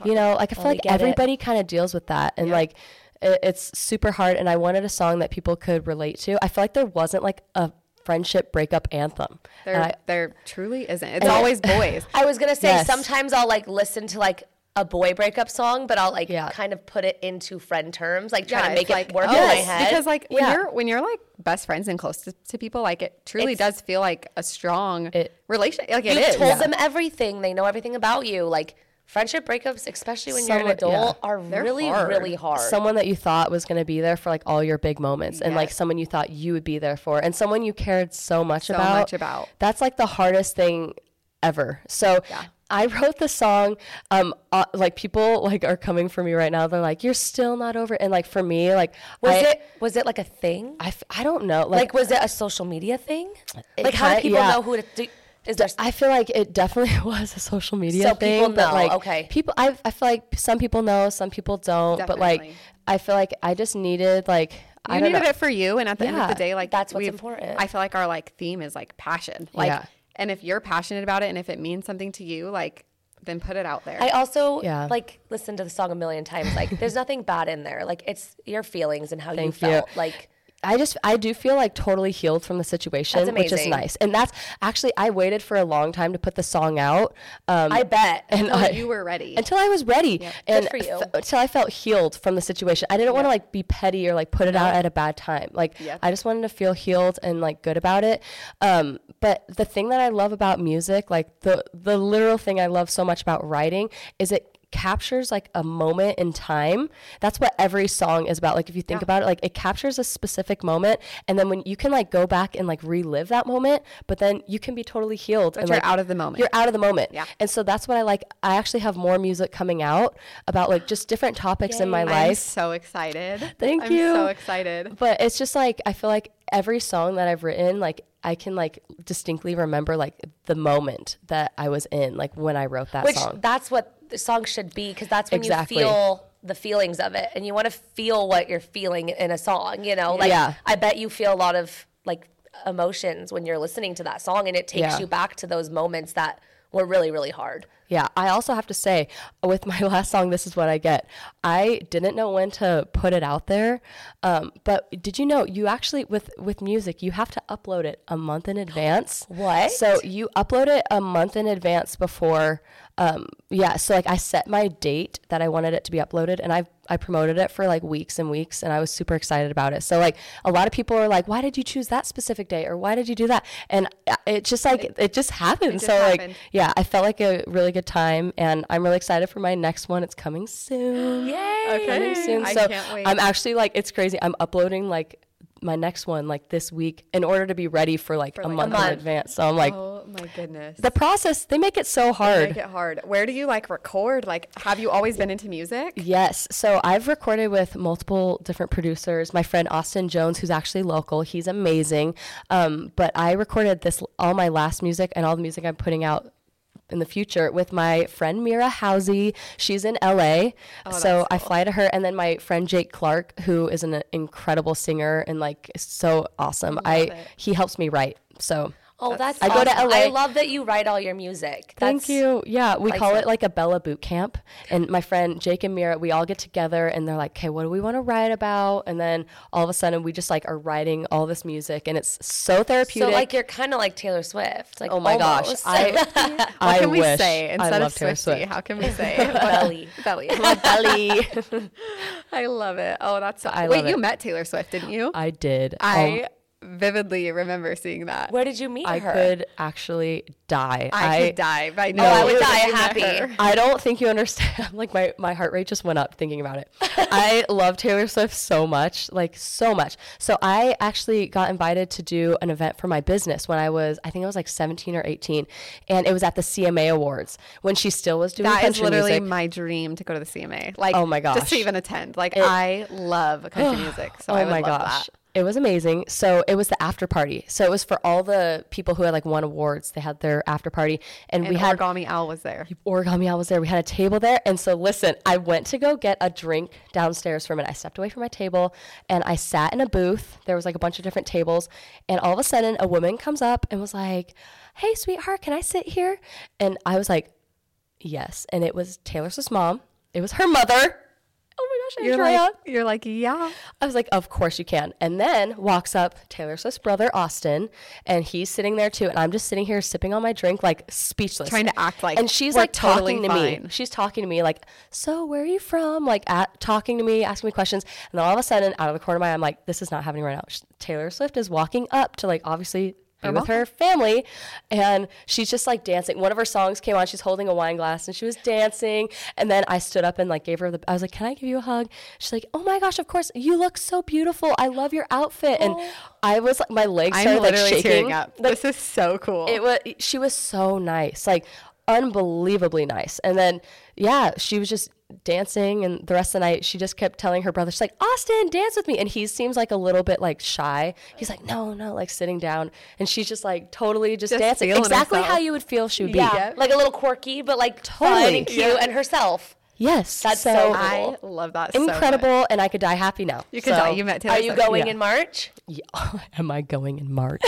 Speaker 3: You know, like I feel like
Speaker 1: get it.
Speaker 3: everybody kind of deals with that and like it, it's super hard and I wanted a song that people could relate to. I feel like there wasn't like a friendship breakup anthem.
Speaker 2: There,
Speaker 3: And I-
Speaker 2: there truly isn't. It's always boys.
Speaker 1: I was gonna say
Speaker 3: Yes.
Speaker 1: sometimes I'll like listen to like a boy breakup song, but I'll like
Speaker 3: Yeah.
Speaker 1: kind of put it into friend terms, like try to make
Speaker 2: it's
Speaker 1: it work in
Speaker 2: oh,
Speaker 1: my
Speaker 3: yes,
Speaker 1: head.
Speaker 2: Because like when
Speaker 3: Yeah.
Speaker 2: you're when you're like best friends and close to, to people, like it truly does feel like a strong
Speaker 3: It-
Speaker 2: relationship. Like it
Speaker 1: you
Speaker 2: is.
Speaker 1: told them everything, they know everything about you. Like friendship breakups, especially when you're an
Speaker 3: Someone-
Speaker 1: adult,
Speaker 3: yeah.
Speaker 1: are
Speaker 2: They're
Speaker 1: really,
Speaker 2: hard.
Speaker 1: really hard.
Speaker 3: someone that you thought was going to be there for like all your big moments and like someone you thought you would be there for and someone you cared so much
Speaker 2: So
Speaker 3: about
Speaker 2: much about.
Speaker 3: that's like the hardest thing ever so i wrote the song um uh, like people like are coming for me right now they're like you're still not over it." and like for me like
Speaker 1: was
Speaker 3: I,
Speaker 1: it was it like a thing?
Speaker 3: I, f- I don't know
Speaker 1: like
Speaker 3: like,
Speaker 1: was it a social media thing? Like how do
Speaker 3: kinda-
Speaker 1: people
Speaker 3: yeah.
Speaker 1: know who to do? Is there
Speaker 3: I feel like it definitely was a social media
Speaker 1: So
Speaker 3: thing.
Speaker 1: people
Speaker 3: but
Speaker 1: know,
Speaker 3: like
Speaker 1: okay.
Speaker 3: People I I feel like some people know, some people don't. But like
Speaker 2: Definitely.
Speaker 3: I feel like I just needed like
Speaker 2: You
Speaker 3: I don't
Speaker 2: needed
Speaker 3: know.
Speaker 2: it for you, and at the end of
Speaker 3: Yeah,
Speaker 2: the day, like
Speaker 1: that's what's
Speaker 2: we've-
Speaker 1: important.
Speaker 2: I feel like our like theme is like passion. Like,
Speaker 3: Yeah.
Speaker 2: and if you're passionate about it, and if it means something to you, like then put it out there.
Speaker 1: I also
Speaker 3: Yeah.
Speaker 1: like listened to the song a million times. Like, there's nothing bad in there. Like, it's your feelings and how you
Speaker 3: Thank you.
Speaker 1: felt. Like,
Speaker 3: I just I do feel like totally healed from the situation,
Speaker 1: That's
Speaker 3: which is
Speaker 1: amazing.
Speaker 3: nice. And that's actually I waited for a long time to put the song out. Um,
Speaker 1: I bet.
Speaker 3: and
Speaker 2: Until
Speaker 3: I,
Speaker 2: Oh, you were ready.
Speaker 3: until I was ready and
Speaker 1: for you.
Speaker 3: until I felt healed from the situation. I didn't want to like be petty or like put it out at a bad time. Like I just wanted to feel healed and like good about it. Um, but the thing that I love about music, like the the literal thing I love so much about writing, is it captures like a moment in time that's what every song is about like if you think about it like it captures a specific moment and then when you can like go back and like relive that moment but then you can be totally healed and
Speaker 2: you're
Speaker 3: like
Speaker 2: out of the moment.
Speaker 3: you're out of the moment. Yeah. And so that's what I like. I actually have more music coming out about like just different topics in my
Speaker 2: I'm
Speaker 3: life.
Speaker 2: so excited.
Speaker 3: Thank
Speaker 2: I'm
Speaker 3: you.
Speaker 2: so excited.
Speaker 3: But it's just like I feel like every song that I've written, like I can like distinctly remember like the moment that I was in, like when I wrote that
Speaker 1: which
Speaker 3: song.
Speaker 1: that's what the song should be because that's when
Speaker 3: Exactly.
Speaker 1: you feel the feelings of it and you want to feel what you're feeling in a song you know like
Speaker 3: Yeah.
Speaker 1: i bet you feel a lot of like emotions when you're listening to that song and it takes
Speaker 3: Yeah.
Speaker 1: you back to those moments that were really really hard
Speaker 3: Yeah, I also have to say, with my last song, This Is What I Get, I didn't know when to put it out there. Um, but did you know you actually, with, with music, you have to upload it a month in advance?
Speaker 1: What?
Speaker 3: So you upload it a month in advance before, um, yeah. So like I set my date that I wanted it to be uploaded and I, I promoted it for like weeks and weeks and I was super excited about it. So like a lot of people are like, why did you choose that specific day or why did you do that? And uh, it just like, it, just happened. so like,
Speaker 2: happened.
Speaker 3: yeah, I felt like a really good time, and I'm really excited for my next one. It's coming soon. Yay! Coming soon.
Speaker 2: I
Speaker 3: so
Speaker 2: can't wait.
Speaker 3: I'm actually like, it's crazy. I'm uploading like my next one like this week in order to be ready for like, a, month in
Speaker 1: month.
Speaker 3: advance. So I'm like,
Speaker 2: Oh my goodness.
Speaker 3: the process, they make it so hard.
Speaker 2: Make it hard. Where do you like record? Like, have you always been into music?
Speaker 3: Yes. So I've recorded with multiple different producers. My friend Austin Jones, who's actually local, he's amazing. Um, but I recorded this all my last music and all the music I'm putting out in the future with my friend Mira Housey. She's in LA. so I fly to her and then my friend Jake Clark, who is an incredible singer and like is so awesome. I he helps me write. So
Speaker 1: Oh, that's
Speaker 3: I go to
Speaker 1: awesome.
Speaker 3: LA.
Speaker 1: I love that you write all your music.
Speaker 3: Thank
Speaker 1: That's,
Speaker 3: you. Yeah, we call it like a Bella boot camp. And my friend Jake and Mira, we all get together and they're like, okay, what do we want to write about? And then all of a sudden we just like are writing all this music and it's so
Speaker 1: So
Speaker 3: therapeutic.
Speaker 1: like you're kind of like Taylor Swift. Like
Speaker 3: oh my
Speaker 1: almost.
Speaker 3: gosh. I,
Speaker 2: What
Speaker 3: I
Speaker 2: can we
Speaker 3: wish
Speaker 2: say
Speaker 3: I
Speaker 2: instead of
Speaker 3: loved Taylor
Speaker 2: Swifty?
Speaker 3: Swift.
Speaker 2: How can we say belly? Belly.
Speaker 3: Belly.
Speaker 2: I love it. Oh, that's.
Speaker 3: I
Speaker 2: wait,
Speaker 3: love
Speaker 2: you
Speaker 3: it.
Speaker 2: met Taylor Swift, didn't you?
Speaker 3: I did. Um,
Speaker 2: I vividely remember seeing that.
Speaker 1: Where did you meet
Speaker 3: I
Speaker 1: her?
Speaker 3: could actually die.
Speaker 2: I, could die by now.
Speaker 1: I would
Speaker 2: if
Speaker 1: die
Speaker 2: you met
Speaker 1: happy.
Speaker 2: her.
Speaker 3: I don't think you understand. Like my my heart rate just went up thinking about it. I love Taylor Swift so much, like so much. So I actually got invited to do an event for my business when I was, I think I was like 17 or 18, and it was at the CMA Awards when she still was doing
Speaker 2: That is
Speaker 3: country
Speaker 2: literally
Speaker 3: music.
Speaker 2: my dream to go to the CMA. Like,
Speaker 3: Oh my
Speaker 2: just to
Speaker 3: gosh. Oh
Speaker 2: even attend. Like, I love country music, so I would love that.
Speaker 3: It was amazing. So it was the after party. So it was for all the people who had like won awards. They had their after party, and,
Speaker 2: And
Speaker 3: we had
Speaker 2: Origami Al was there.
Speaker 3: Origami Owl was there. We had a table there. And so, listen, I went to go get a drink downstairs from it. I stepped away from my table and I sat in a booth. There was like a bunch of different tables. And all of a sudden, a woman comes up and was like, Hey, sweetheart, can I sit here? And I was like, Yes. And it was Taylor Swift's mom, it was her mother. Oh my gosh, I
Speaker 2: You're
Speaker 3: try
Speaker 2: like,
Speaker 3: out.
Speaker 2: you're like, yeah.
Speaker 3: I was like, of course you can. And then walks up Taylor Swift's brother, Austin, and he's sitting there too. And I'm just sitting here sipping on my drink, like speechless.
Speaker 2: Trying to act like
Speaker 3: And she's
Speaker 2: we're
Speaker 3: like talking
Speaker 2: totally
Speaker 3: to
Speaker 2: fine.
Speaker 3: me. She's talking to me, like, so where are you from? Like, at, talking to me, asking me questions. And then all of a sudden, out of the corner of my eye, I'm like, this is not happening right now. Sh- Taylor Swift is walking up to, like, obviously. Be with her family, and she's just like dancing. One of her songs came on. She's holding a wine glass, and she was dancing. And then I stood up and like gave her the. I was like, "Can I give you a hug?" She's like, "Oh my gosh, of course! You look so beautiful. I love your outfit." And I was like, my legs
Speaker 2: I'm
Speaker 3: started like
Speaker 2: literally
Speaker 3: shaking.
Speaker 2: tearing up. this is so cool.
Speaker 3: It was she was so nice, like unbelievably nice. And then yeah, she was just dancing and the rest of the night she just kept telling her brother, she's like, Austin, dance with me. And he seems like a little bit like shy. He's like, No, no, like sitting down. And she's just like totally just,
Speaker 2: Just
Speaker 3: dancing.
Speaker 2: feeling
Speaker 3: Exactly
Speaker 2: herself.
Speaker 3: how you would feel she would be.
Speaker 1: Yeah, like a little quirky, but like fun
Speaker 3: Totally.
Speaker 1: and cute and herself.
Speaker 3: Yes.
Speaker 1: That's so
Speaker 2: I
Speaker 1: cool.
Speaker 2: love that. so much.
Speaker 3: incredible and I could die happy now.
Speaker 2: You could
Speaker 3: So-
Speaker 2: die. You met Taylor.
Speaker 1: Are
Speaker 3: uh,
Speaker 1: you
Speaker 2: Swift.
Speaker 1: going in March?
Speaker 3: Yeah. Am I going in March?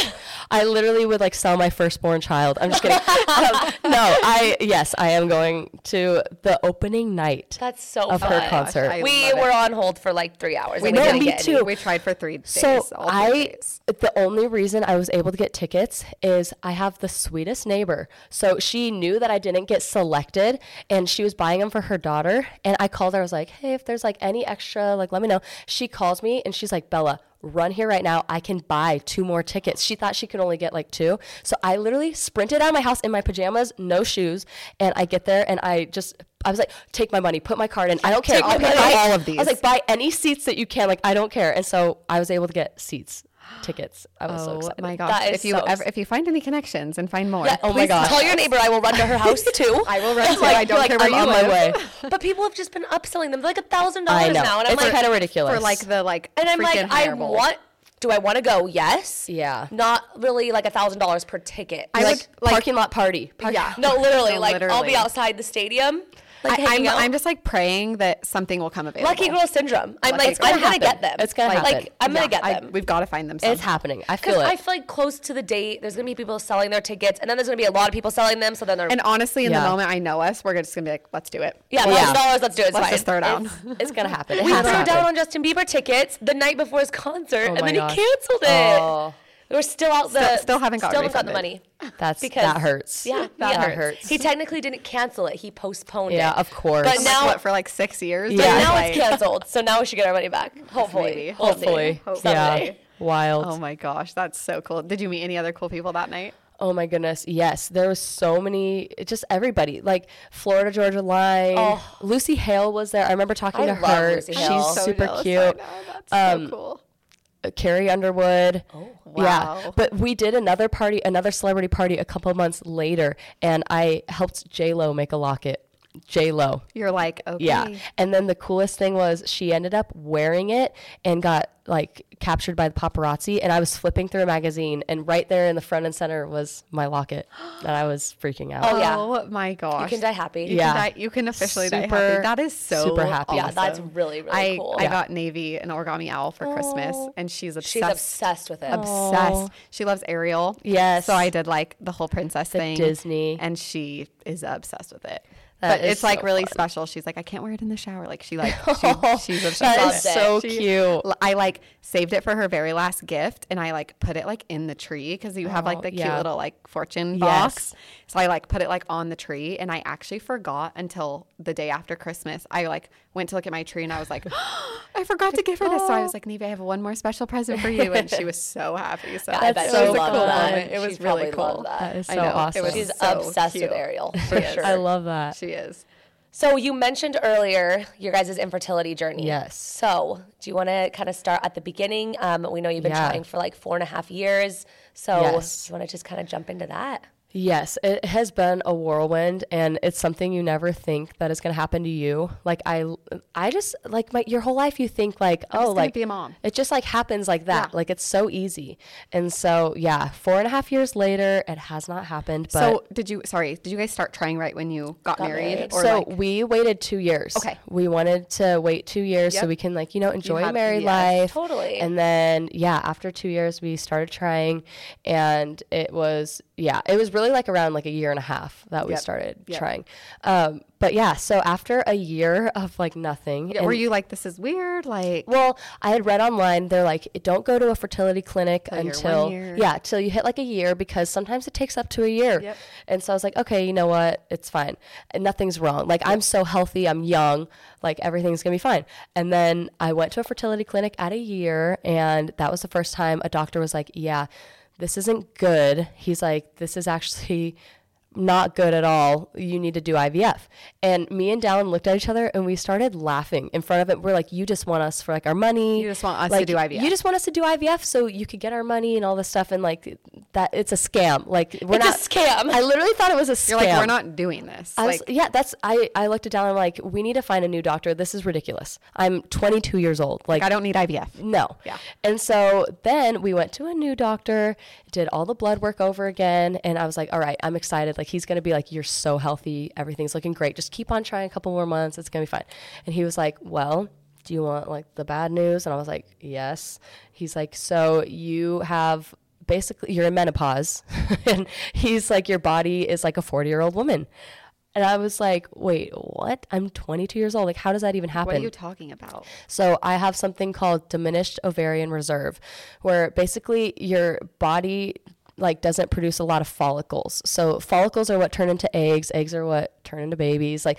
Speaker 3: I literally would like sell my firstborn child. I'm just kidding. Um, no, I yes, I am going to the opening night
Speaker 1: That's so
Speaker 3: of
Speaker 1: fun.
Speaker 3: her concert.
Speaker 2: I
Speaker 1: we
Speaker 2: love it.
Speaker 1: were on hold for like three hours. We,
Speaker 3: know,
Speaker 1: didn't
Speaker 3: me
Speaker 1: get any.
Speaker 3: too.
Speaker 2: We tried for three days.
Speaker 3: so
Speaker 2: all three
Speaker 3: I,
Speaker 2: days.
Speaker 3: the only reason I was able to get tickets is I have the sweetest neighbor. So she knew that I didn't get selected, and she was buying them for her daughter. And I called her. I was like, "Hey, if there's like any extra, like let me know." She calls me, and she's like, "Bella, run here right now. I can buy two more tickets." She thought she could only get like two, so I literally sprinted out of my house in my pajamas, no shoes, and I get there, and I just. I was like, take my money, put my card in. I don't care. I'll
Speaker 2: money.
Speaker 3: buy-
Speaker 2: All of
Speaker 3: I was
Speaker 2: these.
Speaker 3: like, buy any seats that you can. Like, I don't care. And so I was able to get seats, tickets. I was so
Speaker 2: Oh
Speaker 3: excited.
Speaker 2: my gosh!
Speaker 1: That
Speaker 2: if
Speaker 1: is
Speaker 2: you
Speaker 1: so
Speaker 2: ever, if you find any connections and find more,
Speaker 3: oh my
Speaker 2: please
Speaker 3: gosh.
Speaker 1: Tell your neighbor I will run to her house too.
Speaker 2: I will run too. I don't
Speaker 3: You're like,
Speaker 2: care where
Speaker 3: I'm
Speaker 2: you
Speaker 3: on
Speaker 2: live.
Speaker 3: my way.
Speaker 1: But people have just been upselling them. They're like a thousand
Speaker 3: I
Speaker 1: dollars
Speaker 3: know.
Speaker 1: now, and I'm
Speaker 3: it's
Speaker 1: like,
Speaker 3: kind of ridiculous.
Speaker 2: for like the like.
Speaker 1: and I'm
Speaker 2: freaking
Speaker 1: like, I
Speaker 2: hireable.
Speaker 1: want. Do I want to go? Yes.
Speaker 3: Yeah.
Speaker 1: Not really like a thousand dollars per ticket.
Speaker 2: I
Speaker 3: like,
Speaker 2: would, like-
Speaker 3: parking lot party. Park-
Speaker 2: Yeah.
Speaker 1: no, literally.
Speaker 2: No,
Speaker 1: like I'll
Speaker 2: literally.
Speaker 1: be outside the stadium. Like
Speaker 2: I,
Speaker 1: hanging
Speaker 2: I'm,
Speaker 1: out.
Speaker 2: I'm just like praying that something will come available.
Speaker 1: lucky girl syndrome. I'm
Speaker 2: Lucky
Speaker 1: like,
Speaker 2: girl.
Speaker 1: I'm gonna
Speaker 3: It's gonna
Speaker 1: get them.
Speaker 3: happen. It's gonna
Speaker 1: like,
Speaker 3: happen.
Speaker 1: I'm gonna
Speaker 2: Yeah,
Speaker 1: get
Speaker 2: I-
Speaker 1: them.
Speaker 2: we've got to find them.
Speaker 3: It's
Speaker 2: somehow.
Speaker 3: happening. I
Speaker 1: Because
Speaker 3: feel it.
Speaker 1: I feel like close to the date, there's gonna be people selling their tickets, and then there's gonna be a lot of people selling them. So then they're
Speaker 2: And honestly, in
Speaker 3: Yeah.
Speaker 2: the moment, I know us. We're just gonna be like, let's do it.
Speaker 1: yeah,
Speaker 3: Yeah.
Speaker 1: thousand dollars. Let's do it. It's
Speaker 2: Let's
Speaker 1: fine.
Speaker 2: just throw down.
Speaker 3: it's gonna happen. It
Speaker 1: we
Speaker 3: has to
Speaker 1: threw
Speaker 3: happen.
Speaker 1: down on Justin Bieber tickets the night before his concert, and
Speaker 3: my
Speaker 1: then
Speaker 3: gosh.
Speaker 1: he canceled it.
Speaker 3: Oh.
Speaker 1: We're still out the
Speaker 2: Still- still haven't gotten
Speaker 1: still got the money.
Speaker 2: refunded.
Speaker 3: That's
Speaker 1: Because-
Speaker 3: that hurts.
Speaker 1: Yeah,
Speaker 3: that
Speaker 1: yeah.
Speaker 3: hurts.
Speaker 1: He technically didn't cancel it; he postponed it.
Speaker 3: Yeah, of course.
Speaker 1: But
Speaker 2: Like,
Speaker 3: I'm
Speaker 1: now,
Speaker 2: what, for like six years.
Speaker 1: but
Speaker 3: Yeah.
Speaker 1: now
Speaker 2: Like-
Speaker 1: it's canceled, so now we should get our money back. Hopefully,
Speaker 2: Maybe.
Speaker 1: We'll see.
Speaker 3: Hopefully. Yeah.
Speaker 1: Someday.
Speaker 3: Wild.
Speaker 2: Oh my gosh, that's so cool. Did you meet any other cool people that night?
Speaker 3: Oh my goodness. Yes. There was so many, it just everybody, like Florida Georgia Line. Lucy Hale was there. I remember talking
Speaker 1: I
Speaker 3: to
Speaker 1: love
Speaker 3: her.
Speaker 1: Lucy
Speaker 3: She's
Speaker 1: Hale.
Speaker 2: So
Speaker 3: super
Speaker 2: jealous. I
Speaker 3: cute.
Speaker 2: know, That's so cool.
Speaker 3: Carrie Underwood. Oh, Yeah.
Speaker 2: wow.
Speaker 3: But we did another party, another celebrity party a couple months later, and I helped J Lo make a locket. J Lo.
Speaker 2: You're like, okay.
Speaker 3: Yeah. And then the coolest thing was she ended up wearing it and got like captured by the paparazzi. And I was flipping through a magazine, and right there in the front and center was my locket. And I was freaking out.
Speaker 1: Oh, yeah.
Speaker 2: Oh my gosh.
Speaker 1: You can die happy.
Speaker 2: You
Speaker 3: Yeah.
Speaker 2: can die- you can officially die
Speaker 3: Super-
Speaker 2: happy. That is so
Speaker 3: super happy.
Speaker 1: Yeah, that's
Speaker 2: awesome.
Speaker 1: really, really
Speaker 2: I,
Speaker 1: cool.
Speaker 2: I
Speaker 1: Yeah.
Speaker 2: got Navy an origami owl for Christmas, and she's obsessed.
Speaker 1: She's obsessed with it.
Speaker 2: obsessed. She loves Ariel.
Speaker 3: Yes.
Speaker 2: So I did like the whole princess thing,
Speaker 3: Disney.
Speaker 2: and she is obsessed with it.
Speaker 3: That
Speaker 2: but
Speaker 3: is
Speaker 2: it's like
Speaker 3: so
Speaker 2: really
Speaker 3: fun.
Speaker 2: special. She's like, I can't wear it in the shower. Like she like she, she's obsessed.
Speaker 3: That
Speaker 2: with
Speaker 3: is
Speaker 2: it.
Speaker 3: so
Speaker 2: She-
Speaker 3: cute.
Speaker 2: l- I like saved it for her very last gift, and I like put it like in the tree because you have like the cute
Speaker 3: Oh, yeah.
Speaker 2: little like fortune
Speaker 3: Yes.
Speaker 2: box. So I like put it like on the tree, and I actually forgot until the day after Christmas. I like went to look at my tree, and I was like, I forgot to give her this. So I was like, Navy, I have one more special present for you, and she was so happy. So
Speaker 1: I
Speaker 2: that's
Speaker 1: bet
Speaker 2: so
Speaker 1: she
Speaker 2: was a
Speaker 1: loved
Speaker 2: cool
Speaker 1: that.
Speaker 2: moment. It
Speaker 1: She
Speaker 2: was
Speaker 1: probably
Speaker 2: really
Speaker 1: loved
Speaker 2: cool.
Speaker 1: that.
Speaker 3: That is
Speaker 2: I
Speaker 3: so
Speaker 2: know, it
Speaker 3: awesome.
Speaker 2: was
Speaker 1: She's
Speaker 2: so
Speaker 1: obsessed
Speaker 2: cute.
Speaker 1: with Ariel.
Speaker 2: She
Speaker 1: For
Speaker 2: is.
Speaker 1: sure.
Speaker 3: I love that.
Speaker 2: She is.
Speaker 1: So you mentioned earlier your guys' infertility journey.
Speaker 3: Yes.
Speaker 1: So do you want to kind of start at the beginning? Um, we know you've been
Speaker 3: Yeah.
Speaker 1: trying for like four and a half years. So
Speaker 3: Yes.
Speaker 1: do you want to just kind of jump into that?
Speaker 3: Yes, it has been a whirlwind and it's something you never think that is going to happen to you. Like I I just like my your whole life you think like, oh,
Speaker 2: gonna
Speaker 3: like
Speaker 2: be a mom.
Speaker 3: It just like happens like that. Like it's so easy. And so, yeah, four and a half years later, it has not happened, but
Speaker 2: so did you? Sorry, did you guys start trying right when you got, married?
Speaker 1: married.
Speaker 2: Or
Speaker 3: so
Speaker 2: like,
Speaker 3: we waited two years.
Speaker 2: Okay.
Speaker 3: We wanted to wait two years so
Speaker 2: Yep.
Speaker 3: we can like you know enjoy
Speaker 2: have-
Speaker 3: married
Speaker 2: yes,
Speaker 3: life.
Speaker 1: totally.
Speaker 3: And then yeah, after two years we started trying, and it was yeah, it was really like around like a year and a half that we started trying. Um, but yeah, so after a year of like nothing, and-
Speaker 2: were you like, this is weird? Like,
Speaker 3: well, I had read online they're like don't go to a fertility clinic
Speaker 2: you're
Speaker 3: until
Speaker 2: one year.
Speaker 3: yeah, till you hit like a year because sometimes it takes up to a year. And so I was like, okay, you know what? It's fine. And nothing's wrong. Like I'm so healthy, I'm young, like everything's going to be fine. And then I went to a fertility clinic at a year and that was the first time a doctor was like, yeah, this isn't good. He's like, this is actually not good at all. You need to do IVF. And me and Dallin looked at each other and we started laughing in front of it. We're like, you just want us for like our money.
Speaker 2: You just want us to
Speaker 3: Like,
Speaker 2: do IVF.
Speaker 3: You just want us to do IVF so you could get our money and all this stuff. And like that, it's a scam. Like we're
Speaker 1: It's a
Speaker 3: not
Speaker 1: scam.
Speaker 3: I literally thought it was a scam.
Speaker 2: you're like, we're not doing this.
Speaker 3: I
Speaker 2: like,
Speaker 3: was, yeah, that's I. I looked it down. I'm like, we need to find a new doctor. This is ridiculous. I'm 22 years old. Like,
Speaker 2: I don't need IVF.
Speaker 3: no.
Speaker 2: Yeah.
Speaker 3: And so then we went to a new doctor, did all the blood work over again, and I was like, all right, I'm excited. Like he's gonna be like, you're so healthy, everything's looking great. Just keep on trying a couple more months, it's gonna be fine. And he was like, well. Do you want like the bad news? And I was like, yes. He's like, so you have basically you're in menopause, and he's like, your body is like a 40 year old woman. And I was like, wait, what? I'm 22 years old. Like, how does that even happen?
Speaker 2: What are you talking about?
Speaker 3: So I have something called diminished ovarian reserve, where basically your body like doesn't produce a lot of follicles. So follicles are what turn into eggs. Eggs are what turn into babies. Like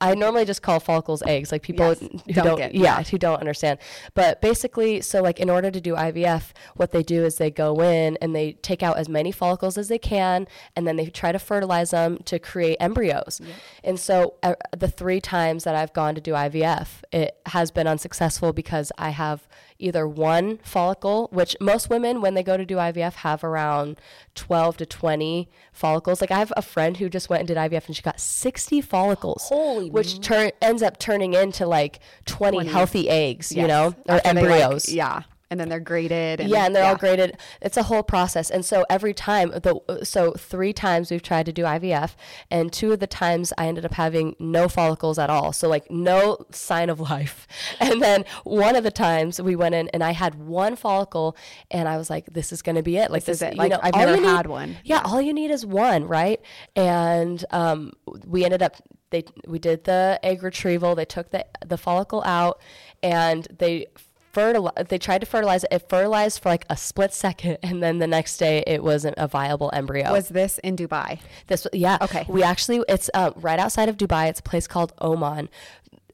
Speaker 3: I normally just call follicles eggs. Like people
Speaker 2: Yes.
Speaker 3: who
Speaker 2: Don't
Speaker 3: don't,
Speaker 2: get-
Speaker 3: yeah, who don't understand. But basically, so like in order to do IVF, what they do is they go in and they take out as many follicles as they can, and then they try to fertilize them to create embryos. And so uh, the three times that I've gone to do IVF, it has been unsuccessful because I have either one follicle, which most women when they go to do IVF have around 12 to 20 follicles. Like I have a friend who just went and did IVF and she got 60 follicles,
Speaker 1: Holy
Speaker 3: which turn ends up turning into like 20, healthy eggs, you know, or
Speaker 2: After they, like,
Speaker 3: embryos.
Speaker 2: yeah. And then they're graded. And
Speaker 3: Yeah, and they're all graded. It's a whole process, and so every time, the so three times we've tried to do IVF, and two of the times I ended up having no follicles at all, so like no sign of life. And then one of the times we went in, and I had one follicle, and I was like, "This is going to be it. Like
Speaker 2: This is
Speaker 3: this,
Speaker 2: it.
Speaker 3: you
Speaker 2: Like,
Speaker 3: know,
Speaker 2: I've
Speaker 3: all
Speaker 2: never
Speaker 3: you need-
Speaker 2: had one.
Speaker 3: Yeah, all you need is one, right? And um, we ended up they we did the egg retrieval. They took the the follicle out, and they fertilize. They tried to fertilize it. It fertilized for like a split second, and then the next day it wasn't a viable embryo.
Speaker 2: Was this in Dubai?
Speaker 3: This, yeah.
Speaker 2: Okay.
Speaker 3: We actually, it's uh, right outside of Dubai. It's a place called Oman.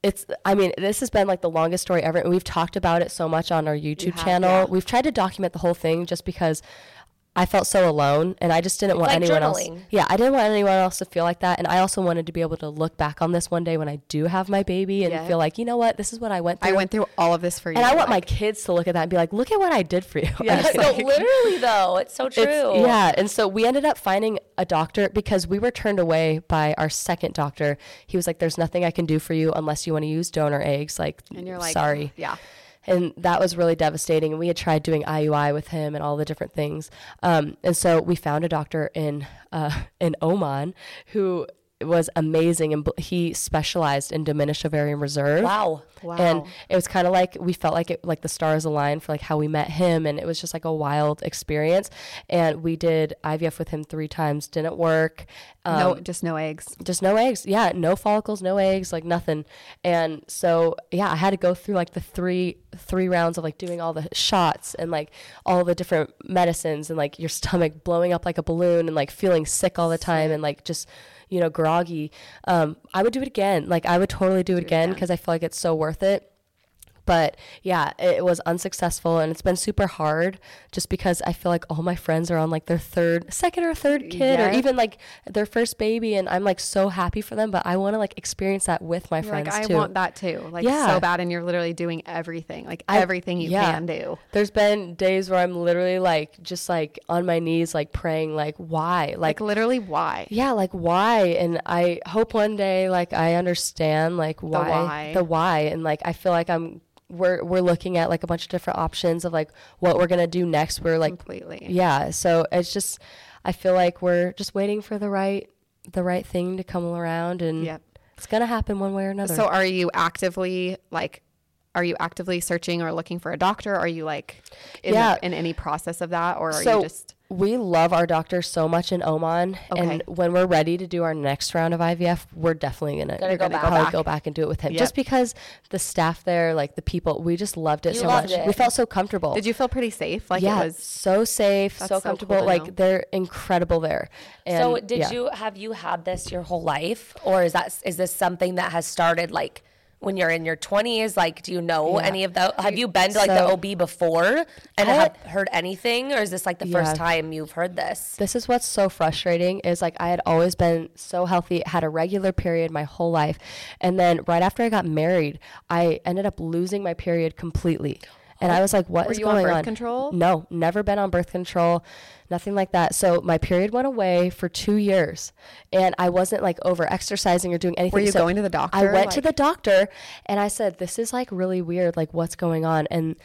Speaker 3: It's, I mean, this has been like the longest story ever. And we've talked about it so much on our YouTube channel. We've tried to document the whole thing just because I felt so alone, and I just didn't want
Speaker 1: like
Speaker 3: anyone
Speaker 1: journaling.
Speaker 3: else. Yeah, I didn't want anyone else to feel like that, and I also wanted to be able to look back on this one day when I do have my baby and
Speaker 2: Yeah.
Speaker 3: feel like, you know what, this is what I went through.
Speaker 2: I went through all of this for you.
Speaker 3: and I want my kids to look at that and be like, look at what I did for you.
Speaker 1: Yeah,
Speaker 3: Like,
Speaker 1: no, literally though, it's so true.
Speaker 3: it's- yeah. And so we ended up finding a doctor because we were turned away by our second doctor. He was like, There's nothing I can do for you unless you want to use donor eggs. Like,
Speaker 2: and you're like
Speaker 3: Sorry.
Speaker 2: Yeah.
Speaker 3: And that was really devastating. And we had tried doing IUI with him and all the different things. Um, and so we found a doctor in uh, in Oman who was amazing and bl- he specialized in diminished ovarian reserve.
Speaker 1: Wow.
Speaker 3: And it was kind of like we felt like it like the stars aligned for like how we met him and it was just like a wild experience and we did IVF with him 3 times didn't work. Um,
Speaker 2: no, just no eggs.
Speaker 3: just no eggs. Yeah, no follicles, no eggs, like nothing. And so yeah, I had to go through like the three three rounds of like doing all the shots and like all the different medicines and like your stomach blowing up like a balloon and like feeling sick all the time and like just you know groggy. Um, I would do it again. Like I would totally do it again because I feel like it's so worth it but yeah it was unsuccessful and it's been super hard just because i feel like all my friends are on like their third second or third kid or
Speaker 2: Yeah.
Speaker 3: even like their first baby and i'm like so happy for them but i want to like experience that with my
Speaker 2: You're
Speaker 3: friends
Speaker 2: like, I
Speaker 3: too
Speaker 2: want that too. Like
Speaker 3: Yeah.
Speaker 2: so bad, and you're literally doing everything, like
Speaker 3: I-
Speaker 2: everything you
Speaker 3: yeah.
Speaker 2: can do.
Speaker 3: there's been days where i'm literally like just like on my knees like praying like why
Speaker 2: Like
Speaker 3: like
Speaker 2: literally, why?
Speaker 3: yeah like why and i hope one day like i understand like why
Speaker 2: why.
Speaker 3: the why and like i feel like i'm we're we're looking at like a bunch of different options of like what we're gonna do next we're like
Speaker 2: Completely.
Speaker 3: yeah so it's just i feel like we're just waiting for the right the right thing to come around and
Speaker 2: Yep.
Speaker 3: it's gonna happen one way or another
Speaker 2: So, are you actively like? Are you actively searching or looking for a doctor? Are you like, in, the-
Speaker 3: Yeah.
Speaker 2: in any process of that, or are
Speaker 3: so
Speaker 2: you just
Speaker 3: we love our doctor so much in Oman, and
Speaker 2: Okay.
Speaker 3: when we're ready to do our next round of IVF, we're definitely gonna,
Speaker 1: Gonna go
Speaker 3: probably
Speaker 1: back.
Speaker 3: go back and do it with him,
Speaker 2: Yep.
Speaker 3: just because the staff there, like the people, we just loved it
Speaker 1: You
Speaker 3: so
Speaker 1: loved
Speaker 3: much.
Speaker 1: it.
Speaker 3: We felt so comfortable.
Speaker 2: Did you feel pretty safe? Like
Speaker 3: yeah,
Speaker 2: it was
Speaker 3: so safe,
Speaker 2: That's
Speaker 3: so
Speaker 2: so cool
Speaker 3: comfortable.
Speaker 2: to know.
Speaker 3: like they're incredible there. And,
Speaker 1: so did
Speaker 3: yeah.
Speaker 1: you have you had this your whole life or is that is this something that has started like when you're in your 20s like do you know any of the have you been to like
Speaker 3: So-
Speaker 1: the OB before and have heard anything or is this like the first
Speaker 3: Yeah.
Speaker 1: time you've heard this?
Speaker 3: This is what's so frustrating is like I had always been so healthy, had a regular period my whole life. And then right after I got married, I ended up losing my period completely. And I was like, "What is
Speaker 2: you on
Speaker 3: going on?
Speaker 2: birth control?
Speaker 3: No, never been on birth control, nothing like that. So my period went away for two years, and I wasn't like over exercising or doing anything.
Speaker 2: you
Speaker 3: So
Speaker 2: going to the
Speaker 3: I
Speaker 2: doctor,
Speaker 3: went to
Speaker 2: like-
Speaker 3: the doctor and I said, This is like really weird. Like, what's going on? And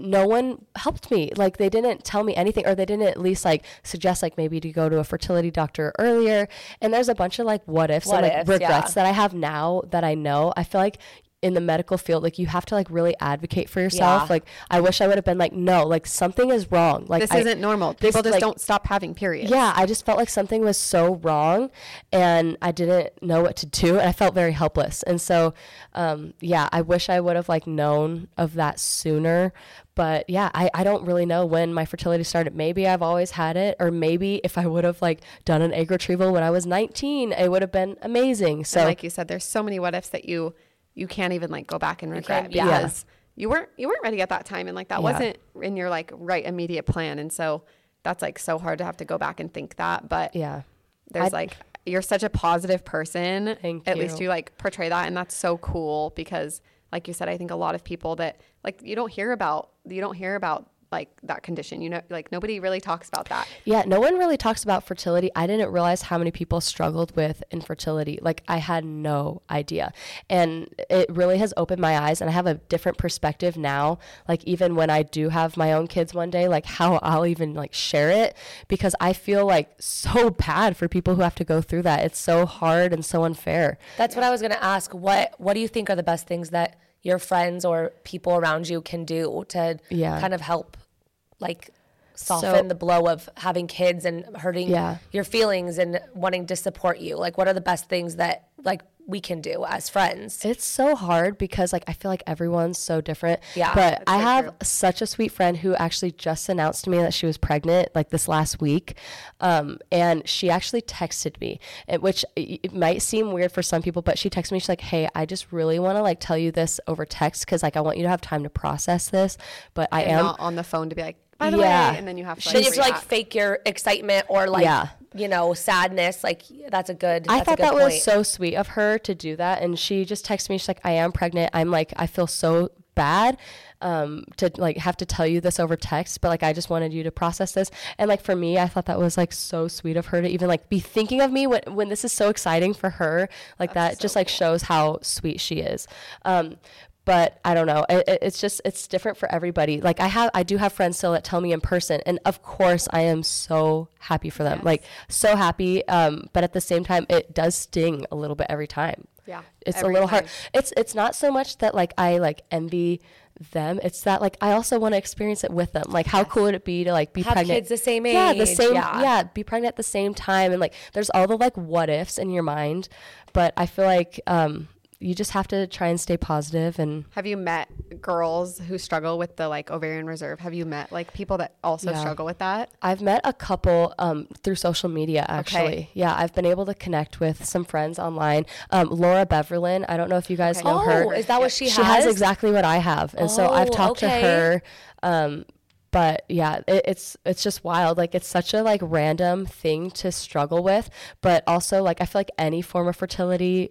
Speaker 3: no one helped me. Like, they didn't tell me anything, or they didn't at least like suggest, like, maybe to go to a fertility doctor earlier. And there's a bunch of like what ifs
Speaker 1: What
Speaker 3: and like
Speaker 1: ifs,
Speaker 3: regrets
Speaker 1: yeah.
Speaker 3: that I have now that I know. I feel like in the medical field, like, you have to like really advocate for yourself.
Speaker 1: Yeah.
Speaker 3: Like, I wish I would have been like, No, like, something is wrong. Like,
Speaker 2: this
Speaker 3: I-
Speaker 2: isn't normal.
Speaker 3: this,
Speaker 2: People just
Speaker 3: like-
Speaker 2: don't stop having periods.
Speaker 3: yeah, I just felt like something was so wrong and I didn't know what to do and I felt very helpless. And so um yeah, I wish I would have like known of that sooner. But yeah, I, I don't really know when my fertility started. Maybe I've always had it, or maybe if I would have like done an egg retrieval when I was nineteen, it would have been amazing. So
Speaker 2: And like you said, there's so many what ifs that you you can't even like go back and regret
Speaker 1: yeah.
Speaker 2: because you weren't you weren't ready at that time and like that wasn't in your like right immediate plan. And so that's like so hard to have to go back and think that. But
Speaker 3: yeah.
Speaker 2: there's
Speaker 3: I-
Speaker 2: like you're such a positive person.
Speaker 3: Thank
Speaker 2: At least
Speaker 3: you.
Speaker 2: you like portray that, and that's so cool because, like you said, I think a lot of people that like you don't hear about you don't hear about like that condition. You know, like nobody really talks about that.
Speaker 3: Yeah, no one really talks about fertility. I didn't realize how many people struggled with infertility. Like, I had no idea. And it really has opened my eyes, and I have a different perspective now. Like, even when I do have my own kids one day, like, how I'll even like share it because I feel like so bad for people who have to go through that. It's so hard and so unfair.
Speaker 1: That's what I was going to ask. What what do you think are the best things that your friends or people around you can do to
Speaker 3: Yeah.
Speaker 1: kind of help like soften the blow of having kids and hurting
Speaker 3: Yeah.
Speaker 1: your feelings and wanting to support you? Like what are the best things that like we can do as friends?
Speaker 3: It's so hard because like I feel like everyone's so different.
Speaker 1: Yeah,
Speaker 3: But I have such a sweet friend who actually just announced to me that she was pregnant like this last week, um, and she actually texted me, it- which eh, it it might seem weird for some people, but she texted me. She's like, "Hey, I just really want to like tell you this over text because like I want you to have time to process this, but I am
Speaker 2: Not on the phone to be like, by the
Speaker 3: Yeah.
Speaker 2: way, and then you have to. Like,
Speaker 1: Then you have to like
Speaker 2: react.
Speaker 1: fake your excitement or like
Speaker 3: Yeah.
Speaker 1: you know sadness. Like that's a good.
Speaker 3: I
Speaker 1: that's a
Speaker 3: thought
Speaker 1: good
Speaker 3: that
Speaker 1: point.
Speaker 3: was so sweet of her to do that. And she just texted me, she's like, I am pregnant. I'm like, I feel so bad um, to like have to tell you this over text, but like, I just wanted you to process this. And like, for me, I thought that was like so sweet of her to even like be thinking of me when, when this is so exciting for her. Like, that just like shows how sweet she is. Um, but I don't know. It, it- it's just it's different for everybody. Like I have, I do have friends still that tell me in person, and of course I am so happy for them. Like so happy. Um, but at the same time, it does sting a little bit every time.
Speaker 2: Yeah,
Speaker 3: it's
Speaker 2: every
Speaker 3: a little hard.
Speaker 2: time.
Speaker 3: It's it's not so much that like I like envy them. It's that like I also want to experience it with them. Like how cool would it be to like be
Speaker 1: Have
Speaker 3: pregnant?
Speaker 1: kids the same
Speaker 3: Yeah, the
Speaker 1: age,
Speaker 3: same.
Speaker 1: yeah.
Speaker 3: yeah, be pregnant at the same time, and like there's all the like what ifs in your mind. But I feel like um, you just have to try and stay positive and.
Speaker 2: Have you met girls who struggle with the like ovarian reserve? Have you met like people that also struggle with that?
Speaker 3: I've met a couple um, through social media, actually. Yeah, I've been able to connect with some friends online. Um, Laura Beverlin, I don't know if you guys know
Speaker 1: Oh,
Speaker 3: her.
Speaker 1: is that what she
Speaker 3: She has
Speaker 1: has?
Speaker 3: exactly what I have, and so I've
Speaker 1: Oh,
Speaker 3: talked
Speaker 1: okay.
Speaker 3: to her. Um, but yeah, it, it's it's just wild. Like it's such a like random thing to struggle with, but also like I feel like any form of fertility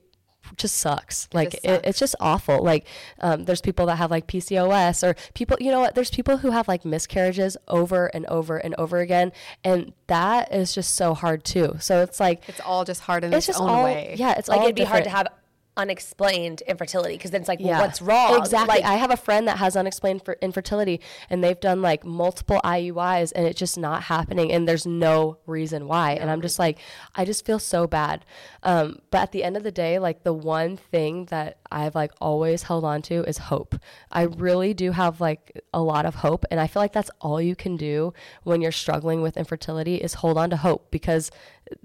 Speaker 3: just sucks. like It, it's just awful. Like um, there's people that have like PCOS or people, you know what? There's people who have like miscarriages over and over and over again, and that is just so hard too. So it's like
Speaker 2: It's all just hard in
Speaker 3: it's
Speaker 2: its,
Speaker 3: just
Speaker 2: own
Speaker 3: all
Speaker 2: way.
Speaker 3: yeah. It's
Speaker 1: like
Speaker 3: all
Speaker 1: it'd be hard to
Speaker 3: different.
Speaker 1: have unexplained infertility because then it's like well, what's wrong
Speaker 3: Exactly.
Speaker 1: Like,
Speaker 3: I have a friend that has unexplained for infertility, and they've done like multiple IUIs, and it's just not happening, and there's no reason why. and I'm just like, I just feel so bad. Um, but at the end of the day, like the one thing that I've like always held on to is hope. I really do have like a lot of hope, and I feel like that's all you can do when you're struggling with infertility is hold on to hope because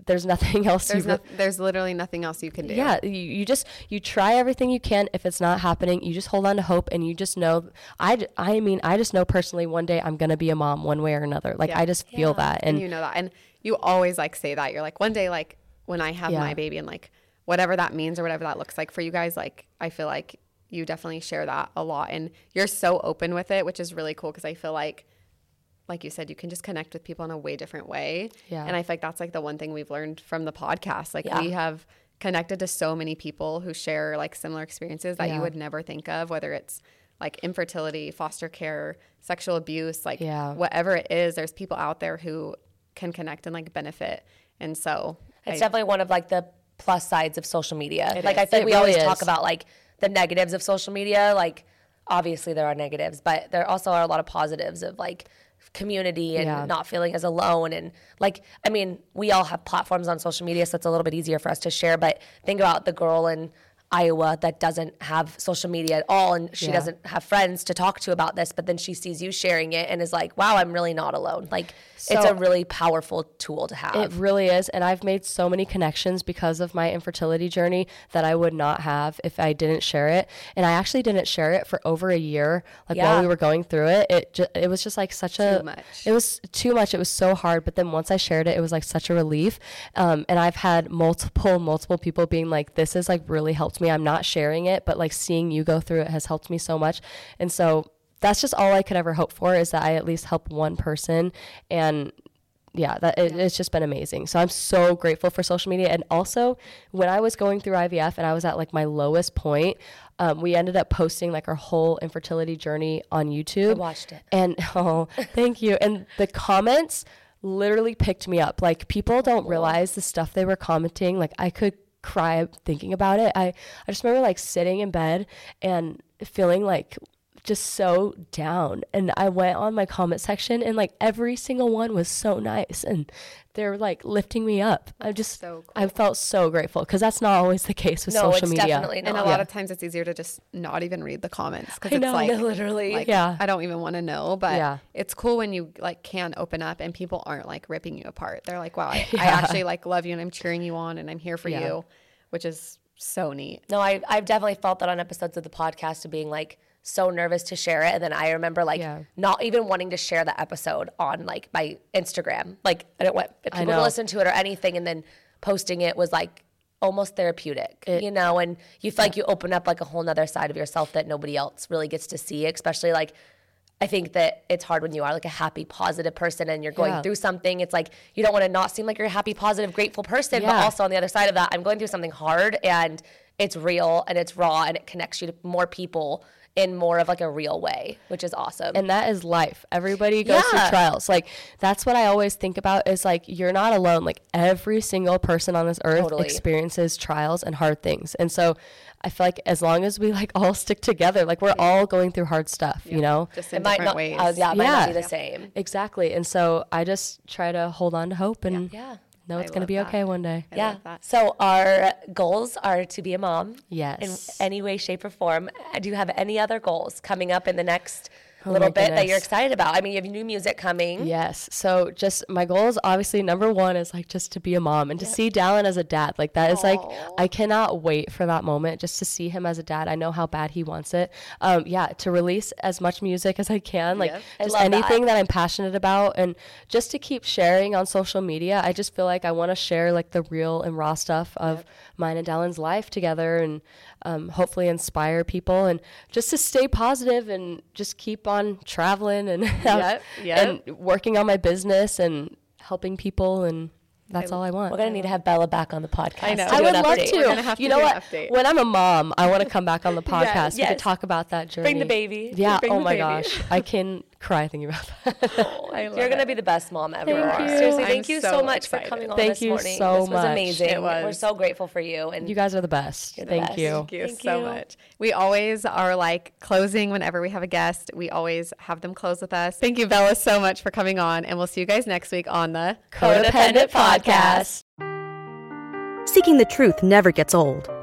Speaker 3: there's nothing else
Speaker 2: There's
Speaker 3: you re-
Speaker 2: no, there's literally nothing else you can do.
Speaker 3: yeah, you, you just you try everything you can. If it's not happening, you just hold on to hope, and you just know. I d- I mean, I just know personally, one day I'm gonna be a mom, one way or another. Like I just feel that, and,
Speaker 2: and you know that and you always like say that you're like one day like when i have my
Speaker 3: Yeah.
Speaker 2: baby and like whatever that means or whatever that looks like for you guys like i feel like you definitely share that a lot and you're so open with it which is really cool because i feel like like you said you can just connect with people in a way different way
Speaker 3: Yeah.
Speaker 2: and i feel like that's like the one thing we've learned from the podcast like
Speaker 1: Yeah.
Speaker 2: we have connected to so many people who share like similar experiences that you would never think of whether it's like infertility foster care sexual abuse like
Speaker 3: Yeah.
Speaker 2: whatever it is, there's people out there who can connect and like benefit. And so
Speaker 1: it's definitely one of like the plus sides of social media like i
Speaker 3: is.
Speaker 1: think
Speaker 3: It
Speaker 1: we
Speaker 3: really
Speaker 1: always
Speaker 3: is.
Speaker 1: talk about like the negatives of social media like obviously there are negatives but there also are a lot of positives of like community and
Speaker 3: Yeah.
Speaker 1: not feeling as alone and like i mean we all have platforms on social media so it's a little bit easier for us to share but think about the girl in Iowa that doesn't have social media at all and she
Speaker 3: Yeah.
Speaker 1: doesn't have friends to talk to about this but then she sees you sharing it and is like wow I'm really not alone like it's
Speaker 3: So-
Speaker 1: a really powerful tool to have
Speaker 3: It really is. And I've made so many connections because of my infertility journey that I would not have if I didn't share it. And I actually didn't share it for over a year. Like
Speaker 1: Yeah.
Speaker 3: while we were going through it, it ju- it was just like such a
Speaker 2: much.
Speaker 3: It was too much. It was so hard. But then once I shared it, it was like such a relief. Um, and I've had multiple multiple people being like, "This has like really helped me. I'm not sharing it, but like seeing you go through it has helped me so much." And so. That's just all I could ever hope for is that I at least help one person and yeah, that it, it's just been amazing. So I'm so grateful for social media. And also, when I was going through IVF and I was at like my lowest point, um, we ended up posting like our whole infertility journey on YouTube. I
Speaker 1: watched it.
Speaker 3: and oh, thank you. And the comments literally picked me up. Like people don't realize the stuff they were commenting. Like I could cry thinking about it. I I just remember like sitting in bed and feeling like just so down. And I went on my comment section and like every single one was so nice and they're like lifting me up. I just I felt so grateful cuz that's not always the case with
Speaker 1: no
Speaker 3: social
Speaker 1: it's
Speaker 3: media.
Speaker 1: definitely not
Speaker 2: and a lot of times it's easier to just not even read the comments because it's
Speaker 3: know,
Speaker 2: like
Speaker 1: literally.
Speaker 2: like,
Speaker 3: Yeah.
Speaker 2: I don't even want to know. But
Speaker 3: Yeah.
Speaker 2: it's cool when you like can open up and people aren't like ripping you apart. They're like, wow, I, I actually like love you and I'm cheering you on and I'm here for you, which is so neat.
Speaker 1: No, I, I've definitely felt that on episodes of the podcast of being like so nervous to share it. And then I remember like
Speaker 3: Yeah.
Speaker 1: not even wanting to share the episode on like my Instagram. Like I don't want people to
Speaker 3: know.
Speaker 1: listen to it or anything. And then posting it was like almost therapeutic, you know? And you feel like you open up like a whole nother side of yourself that nobody else really gets to see, especially like I think that it's hard when you are like a happy, positive person and you're going
Speaker 3: Yeah.
Speaker 1: through something. It's like you don't want to not seem like you're a happy, positive, grateful person, but
Speaker 3: Yeah.
Speaker 1: also on the other side of that, I'm going through something hard and it's real and it's raw and it connects you to more people in more of like a real way, which is awesome.
Speaker 3: and that is life. Everybody goes
Speaker 1: Yeah.
Speaker 3: through trials. Like that's what I always think about is like you're not alone. Like every single person on this earth
Speaker 1: Totally.
Speaker 3: experiences trials and hard things. And so I feel like as long as we like all stick together, like we're all going through hard stuff, you know?
Speaker 2: just in
Speaker 1: might
Speaker 2: different
Speaker 1: not,
Speaker 2: ways.
Speaker 1: uh, yeah, it might not be
Speaker 3: Yeah.
Speaker 1: the same.
Speaker 3: Exactly. And so I just try to hold on to hope and
Speaker 1: Yeah.
Speaker 3: know it's going to be okay one day.
Speaker 1: yeah.
Speaker 2: love that.
Speaker 1: So our goals are to be a mom.
Speaker 3: Yes.
Speaker 1: In any way, shape, or form. Uh, Do you have any other goals coming up in the next little bit that you're
Speaker 3: Oh goodness.
Speaker 1: excited about? I mean, you have new music coming.
Speaker 3: Yes. So just my goal is obviously number one is like just to be a mom and to see Dallin as a dad. Like that is like I cannot wait for that moment just to see him as a dad. I know how bad he wants it. Um, yeah, to release as much music as I can. Like
Speaker 1: I
Speaker 3: just
Speaker 1: love that.
Speaker 3: anything that. I'm passionate about and just to keep sharing on social media. I just feel like I want to share like the real and raw stuff of mine and Dallin's life together and um, hopefully inspire people and just to stay positive and just keep on traveling and
Speaker 2: Yep, yep.
Speaker 3: and working on my business and helping people and that's all I want.
Speaker 1: We're gonna need to have Bella back on the podcast.
Speaker 2: know.
Speaker 1: to
Speaker 3: I
Speaker 1: do
Speaker 3: would
Speaker 1: an
Speaker 3: love
Speaker 1: update.
Speaker 3: to.
Speaker 2: We're gonna have
Speaker 3: you
Speaker 2: to
Speaker 3: know
Speaker 2: do an
Speaker 3: what?
Speaker 2: update.
Speaker 3: When I'm a mom, I want to come back on the podcast. We
Speaker 1: yes.
Speaker 3: could talk about that journey.
Speaker 1: Bring the baby.
Speaker 3: Yeah.
Speaker 2: Bring
Speaker 3: oh
Speaker 2: the
Speaker 3: my
Speaker 2: baby.
Speaker 3: gosh, I can cry thinking about that.
Speaker 1: You're gonna be the best mom ever.
Speaker 3: Thank you.
Speaker 1: Seriously,
Speaker 2: I'm
Speaker 1: thank you so,
Speaker 2: so
Speaker 1: much for
Speaker 2: excited.
Speaker 1: coming on
Speaker 3: Thank
Speaker 1: this
Speaker 3: you
Speaker 1: morning.
Speaker 3: so
Speaker 1: this was
Speaker 3: much.
Speaker 1: amazing.
Speaker 2: It was.
Speaker 1: We're so grateful for you. And
Speaker 3: You guys are the best. Thank
Speaker 1: best.
Speaker 3: you.
Speaker 2: Thank you
Speaker 1: Thank
Speaker 2: so
Speaker 1: you.
Speaker 2: much. We always are like closing whenever we have a guest. We always have them close with us. Thank you, Bella, so much for coming on. And we'll see you guys next week on the
Speaker 3: Codependent Podcast.
Speaker 4: Seeking the truth never gets old.